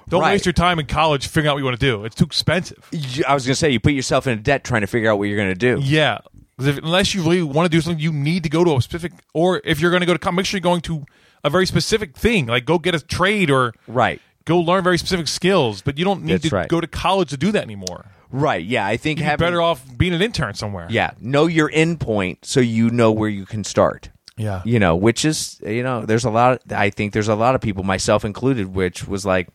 Speaker 3: Don't
Speaker 2: Right.
Speaker 3: waste your time in college figuring out what you want to do. It's too expensive.
Speaker 2: You- I was going to say you put yourself in debt trying to figure out what you're going to do.
Speaker 3: Yeah. 'Cause if- unless you really want to do something, you need to go to a specific, or if you're going to go to college, make sure you're going to a very specific thing. Like go get a trade or
Speaker 2: Right.
Speaker 3: go learn very specific skills, but you don't need
Speaker 2: That's
Speaker 3: to
Speaker 2: right.
Speaker 3: go to college to do that anymore.
Speaker 2: Right. Yeah, I think
Speaker 3: You're
Speaker 2: having
Speaker 3: better off being an intern somewhere.
Speaker 2: Yeah, know your end point so you know where you can start.
Speaker 3: Yeah.
Speaker 2: You know, which is, you know, there's a lot, I think there's a lot of people, myself included, which was like,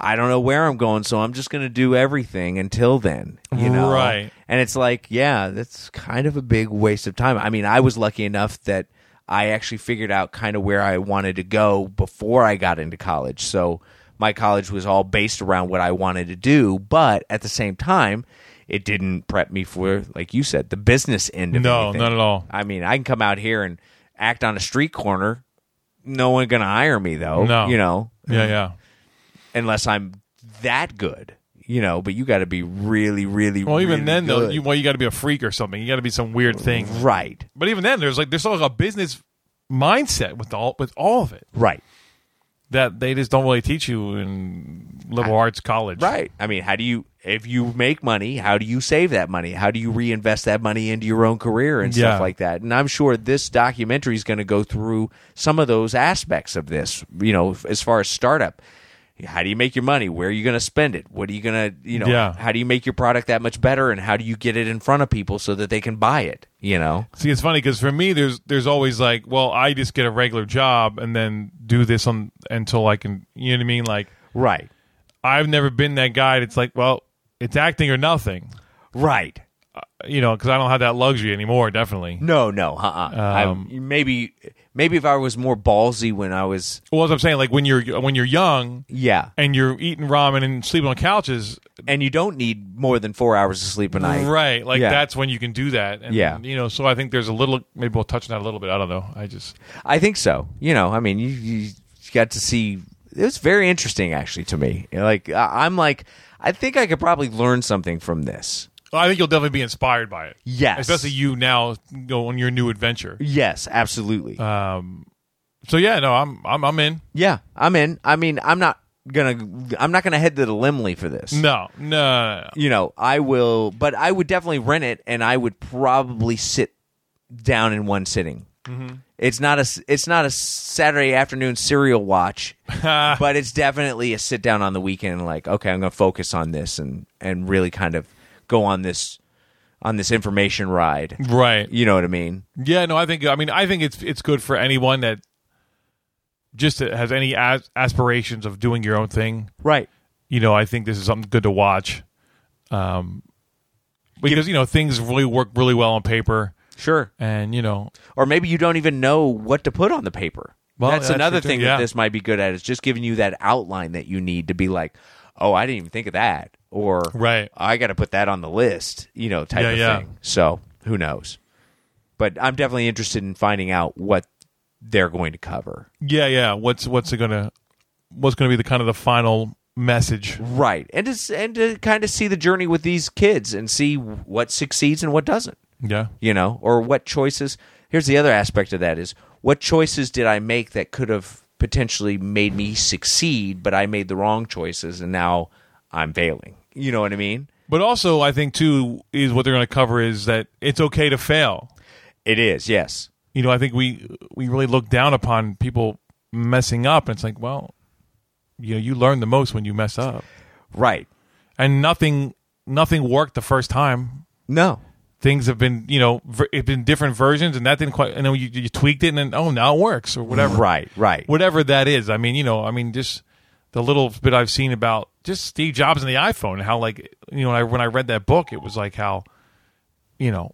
Speaker 2: I don't know where I'm going, so I'm just going to do everything until then, you know?
Speaker 3: Right.
Speaker 2: And it's like, yeah, that's kind of a big waste of time. I mean, I was lucky enough that I actually figured out kind of where I wanted to go before I got into college. So my college was all based around what I wanted to do, but at the same time, it didn't prep me for, like you said, the business end of
Speaker 3: No,
Speaker 2: anything.
Speaker 3: not at all.
Speaker 2: I mean, I can come out here and act on a street corner. No one gonna hire me though.
Speaker 3: No.
Speaker 2: You know,
Speaker 3: Yeah. Yeah.
Speaker 2: unless I'm that good. You know, but you got to be really, really.
Speaker 3: Well, even
Speaker 2: really
Speaker 3: then though,
Speaker 2: good.
Speaker 3: you, well, you got to be a freak or something. You got to be some weird thing.
Speaker 2: right,
Speaker 3: But even then, there's like there's like a business mindset with all with all of it
Speaker 2: right,
Speaker 3: that they just don't really teach you in liberal arts college.
Speaker 2: right. I mean, how do you? If you make money, how do you save that money? How do you reinvest that money into your own career and
Speaker 3: Yeah.
Speaker 2: stuff like that? And I'm sure this documentary is going to go through some of those aspects of this. You know, as far as startup, how do you make your money? Where are you going to spend it? What are you going to? You know,
Speaker 3: Yeah.
Speaker 2: how do you make your product that much better? And how do you get it in front of people so that they can buy it? You know,
Speaker 3: See, it's funny because for me, there's there's always like, well, I just get a regular job and then do this on until I can, you know what I mean? Like,
Speaker 2: right,
Speaker 3: I've never been that guy. That's like, well, it's acting or nothing, Uh,
Speaker 2: right.
Speaker 3: you know, because I don't have that luxury anymore. Definitely.
Speaker 2: No, no, uh, uh maybe, maybe if I was more ballsy when I was,
Speaker 3: Well, as I'm saying, like when you're when you're young
Speaker 2: yeah,
Speaker 3: and you're eating ramen and sleeping on couches,
Speaker 2: and you don't need more than four hours of sleep a night,
Speaker 3: right? Like
Speaker 2: Yeah.
Speaker 3: that's when you can do that. And,
Speaker 2: Yeah.
Speaker 3: You know, so I think there's a little. Maybe we'll touch on that a little bit. I don't know. I just
Speaker 2: I think so. You know, I mean, you, you got to see. It was very interesting, actually, to me. Like, I- I'm like, I think I could probably learn something from this.
Speaker 3: Well, I think you'll definitely be inspired by it.
Speaker 2: Yes.
Speaker 3: Especially you now go on your new adventure.
Speaker 2: Yes, absolutely.
Speaker 3: So yeah, no, I'm I'm I'm in.
Speaker 2: yeah, I'm in. I mean, I'm not gonna, I'm not gonna head to the Limley for this.
Speaker 3: No, no, no, no.
Speaker 2: you know, I will, but I would definitely rent it, and I would probably sit down in one sitting. It's not a it's not a Saturday afternoon serial watch, but it's definitely a sit down on the weekend. Like, okay, I'm going to focus on this and and really kind of go on this on this information ride.
Speaker 3: right.
Speaker 2: You know what I mean?
Speaker 3: Yeah, no, I think I mean I think it's it's good for anyone that just has any as- aspirations of doing your own thing.
Speaker 2: Right.
Speaker 3: You know, I think this is something good to watch. Um because you know things really work really well on paper
Speaker 2: Sure.
Speaker 3: and you know
Speaker 2: Or maybe you don't even know what to put on the paper.
Speaker 3: Well,
Speaker 2: that's,
Speaker 3: that's
Speaker 2: another
Speaker 3: true, too.
Speaker 2: thing
Speaker 3: Yeah.
Speaker 2: that this might be good at is just giving you that outline that you need to be like, oh, I didn't even think of that, or
Speaker 3: Right.
Speaker 2: I got to put that on the list, you know, type
Speaker 3: Yeah,
Speaker 2: of
Speaker 3: yeah.
Speaker 2: thing. So who knows? But I'm definitely interested in finding out what they're going to cover.
Speaker 3: yeah, yeah, what's what's it going to what's going to be the kind of the final message.
Speaker 2: Right, and to, and to kind of see the journey with these kids and see what succeeds and what doesn't.
Speaker 3: Yeah.
Speaker 2: you know or what choices here's the other aspect of that is what choices did i make that could have potentially made me succeed but i made the wrong choices and now i'm failing you know what i mean
Speaker 3: But also, I think too is what they're going to cover is that it's okay to fail.
Speaker 2: it is yes
Speaker 3: You know, I think we we really look down upon people messing up, and it's like, well, you know, you learn the most when you mess up,
Speaker 2: right
Speaker 3: and nothing nothing worked the first time.
Speaker 2: no
Speaker 3: things have been you know ver- it's been different versions, and that didn't quite. And then you, you tweaked it, and then oh now it works or whatever.
Speaker 2: Right, right.
Speaker 3: Whatever that is. I mean, you know, I mean, just the little bit I've seen about just Steve Jobs and the iPhone, and how like you know when I when I read that book, it was like how you know.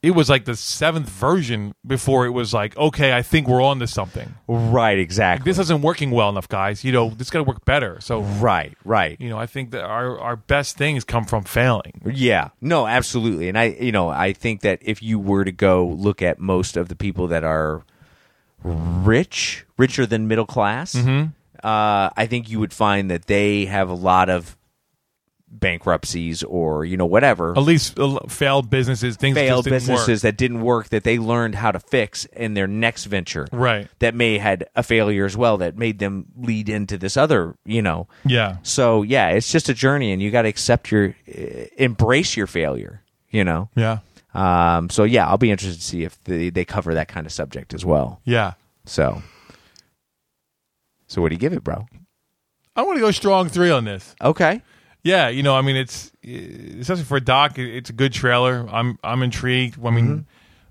Speaker 3: It was like the seventh version before it was like, okay, I think we're on to something.
Speaker 2: Right, exactly.
Speaker 3: This isn't working well enough, guys. You know, this got to work better. So
Speaker 2: Right, right.
Speaker 3: you know, I think that our, our best things come from failing.
Speaker 2: Yeah. No, absolutely. And I you know, I think that if you were to go look at most of the people that are rich, richer than middle class,
Speaker 3: Mm-hmm.
Speaker 2: uh, I think you would find that they have a lot of bankruptcies or, you know, whatever.
Speaker 3: At least uh, failed businesses, things that just
Speaker 2: failed
Speaker 3: didn't work.
Speaker 2: businesses that didn't work that they learned how to fix in their next venture.
Speaker 3: Right.
Speaker 2: That may had a failure as well that made them lead into this other, you know.
Speaker 3: Yeah.
Speaker 2: So yeah, it's just a journey and you got to accept your eh, embrace your failure, you know.
Speaker 3: Yeah.
Speaker 2: Um so yeah, I'll be interested to see if they, they cover that kind of subject as well.
Speaker 3: Yeah.
Speaker 2: So So what do you give it, bro?
Speaker 3: I want to go strong three on this.
Speaker 2: Okay.
Speaker 3: Yeah. You know, I mean, it's, especially for Doc, it- it's a good trailer. I'm, I'm intrigued. I mean,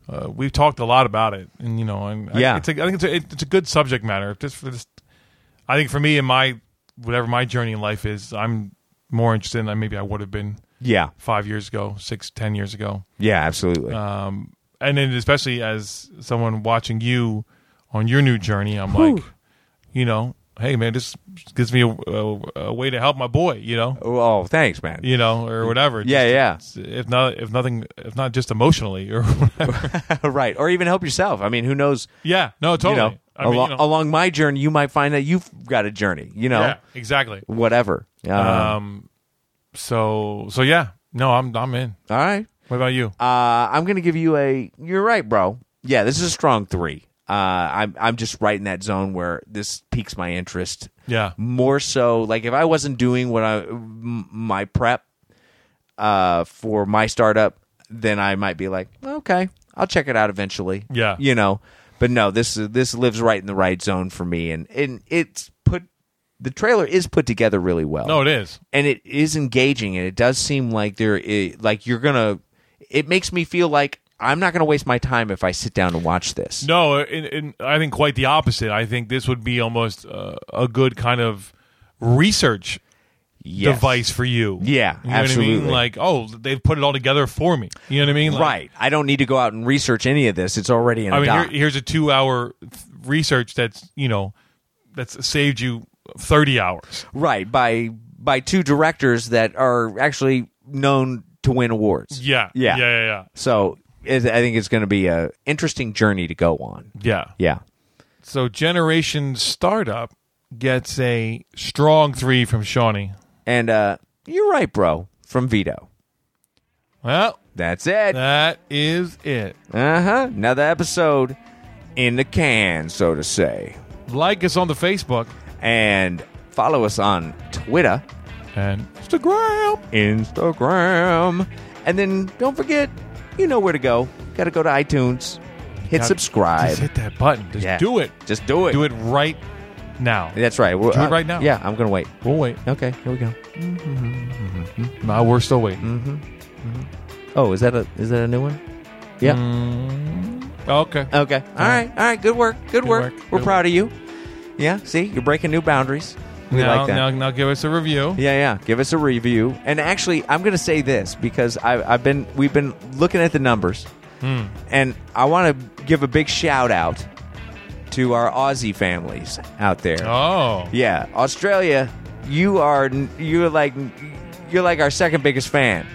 Speaker 3: uh, we've talked a lot about it and, you know, and I-
Speaker 2: Yeah.
Speaker 3: it's a, I think it's a, it- it's a good subject matter. Just for this, I think for me and my, whatever my journey in life is, I'm more interested than maybe I would have been
Speaker 2: Yeah.
Speaker 3: five years ago, six, ten years ago. Um,
Speaker 2: Yeah, absolutely.
Speaker 3: Uh, and then especially as someone watching you on your new journey, I'm like, you know, hey man, this gives me a, a, a way to help my boy, you know,
Speaker 2: oh, thanks, man.
Speaker 3: you know, or whatever.
Speaker 2: Yeah, Mm. yeah.
Speaker 3: Just- If not, if nothing, if not just emotionally or whatever.
Speaker 2: right. Or even help yourself. I mean, who knows
Speaker 3: yeah, no, totally.
Speaker 2: you know,
Speaker 3: I mean,
Speaker 2: alo-
Speaker 3: you know,
Speaker 2: along my journey, you might find that you've got a journey, you know,
Speaker 3: yeah, exactly.
Speaker 2: whatever. Uh,
Speaker 3: Um, so so yeah, no, I'm I'm in.
Speaker 2: all right.
Speaker 3: What about you?
Speaker 2: Uh, I'm going to give you a, you're right, bro. Yeah, this is a strong three. Uh, I'm, I'm just right in that zone where this piques my interest
Speaker 3: yeah,
Speaker 2: more so. Like if I wasn't doing what I, m- my prep, uh, for my startup, then I might be like, okay, I'll check it out eventually.
Speaker 3: Yeah.
Speaker 2: You know, but no, this, this lives right in the right zone for me. And, and it's put, the trailer is put together really well
Speaker 3: no, it is.
Speaker 2: and it is engaging and it does seem like there i like you're gonna it makes me feel like i'm not gonna waste my time if i sit down and watch this
Speaker 3: No, in, in, I think quite the opposite. I think this would be almost uh, a good kind of research
Speaker 2: Yes.
Speaker 3: device for you.
Speaker 2: Yeah,
Speaker 3: you know What I
Speaker 2: absolutely.
Speaker 3: mean? Like, oh, they've put it all together for me. You know what I mean? Like,
Speaker 2: right i don't need to go out and research any of this it's already in a
Speaker 3: I mean, here,
Speaker 2: doc
Speaker 3: here's a two-hour th- research that's you know that's saved you thirty hours.
Speaker 2: right by by two directors that are actually known to win awards
Speaker 3: Yeah,
Speaker 2: yeah
Speaker 3: yeah, yeah, yeah.
Speaker 2: so it, i think it's gonna be a interesting journey to go on
Speaker 3: yeah.
Speaker 2: yeah
Speaker 3: So, Generation Startup gets a strong three from Shawnee.
Speaker 2: and uh you're right bro from vito
Speaker 3: Well,
Speaker 2: that's it
Speaker 3: that is it.
Speaker 2: Uh huh. Another episode in the can, so to say.
Speaker 3: Like us on the Facebook
Speaker 2: And follow us on Twitter,
Speaker 3: and Instagram.
Speaker 2: Instagram. And then don't forget, you know where to go. Got to go to iTunes, hit
Speaker 3: Now,
Speaker 2: subscribe.
Speaker 3: Just hit that button. Just
Speaker 2: Yeah.
Speaker 3: do it.
Speaker 2: Just do it.
Speaker 3: Do it right now.
Speaker 2: That's right. Do
Speaker 3: it right now.
Speaker 2: Yeah, I'm going to wait.
Speaker 3: We'll wait.
Speaker 2: Okay, here we go.
Speaker 3: No, we're still waiting.
Speaker 2: Oh, is that a is that a new one? Yeah.
Speaker 3: Mm.
Speaker 2: Mm.
Speaker 3: Okay.
Speaker 2: Okay. All right. All right. Good work. Good, work.
Speaker 3: work.
Speaker 2: We're
Speaker 3: Uh, Good
Speaker 2: proud of you. Yeah. See, you're breaking new boundaries. We
Speaker 3: now,
Speaker 2: like that.
Speaker 3: now, now give us a review.
Speaker 2: Yeah, yeah. Give us a review. And actually, I'm going to say this because I, I've been we've been looking at the numbers, and I want to give a big shout out to our Aussie families out there.
Speaker 3: Oh.
Speaker 2: Yeah, Australia, you are you're like you're like our second biggest fan.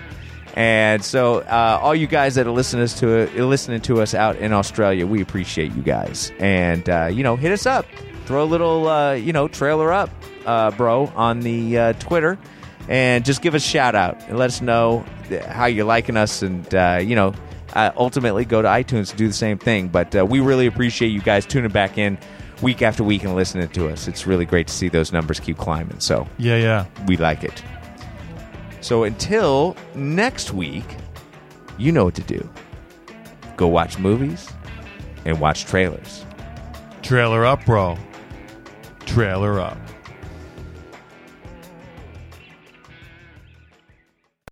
Speaker 2: And so, uh, all you guys that are listening to uh, listening to us out in Australia, we appreciate you guys. And uh, you know, hit us up, throw a little uh, you know trailer up, uh, bro, on the uh, Twitter, and just give us a shout out and let us know th- how you're liking us. And uh, you know, uh, ultimately, go to iTunes to do the same thing. But uh, we really appreciate you guys tuning back in week after week and listening to us. It's really great to see those numbers keep climbing. So
Speaker 3: Yeah, yeah.
Speaker 2: we like it. So until next week, you know what to do. Go watch movies and watch trailers.
Speaker 3: Trailer up, bro. Trailer up.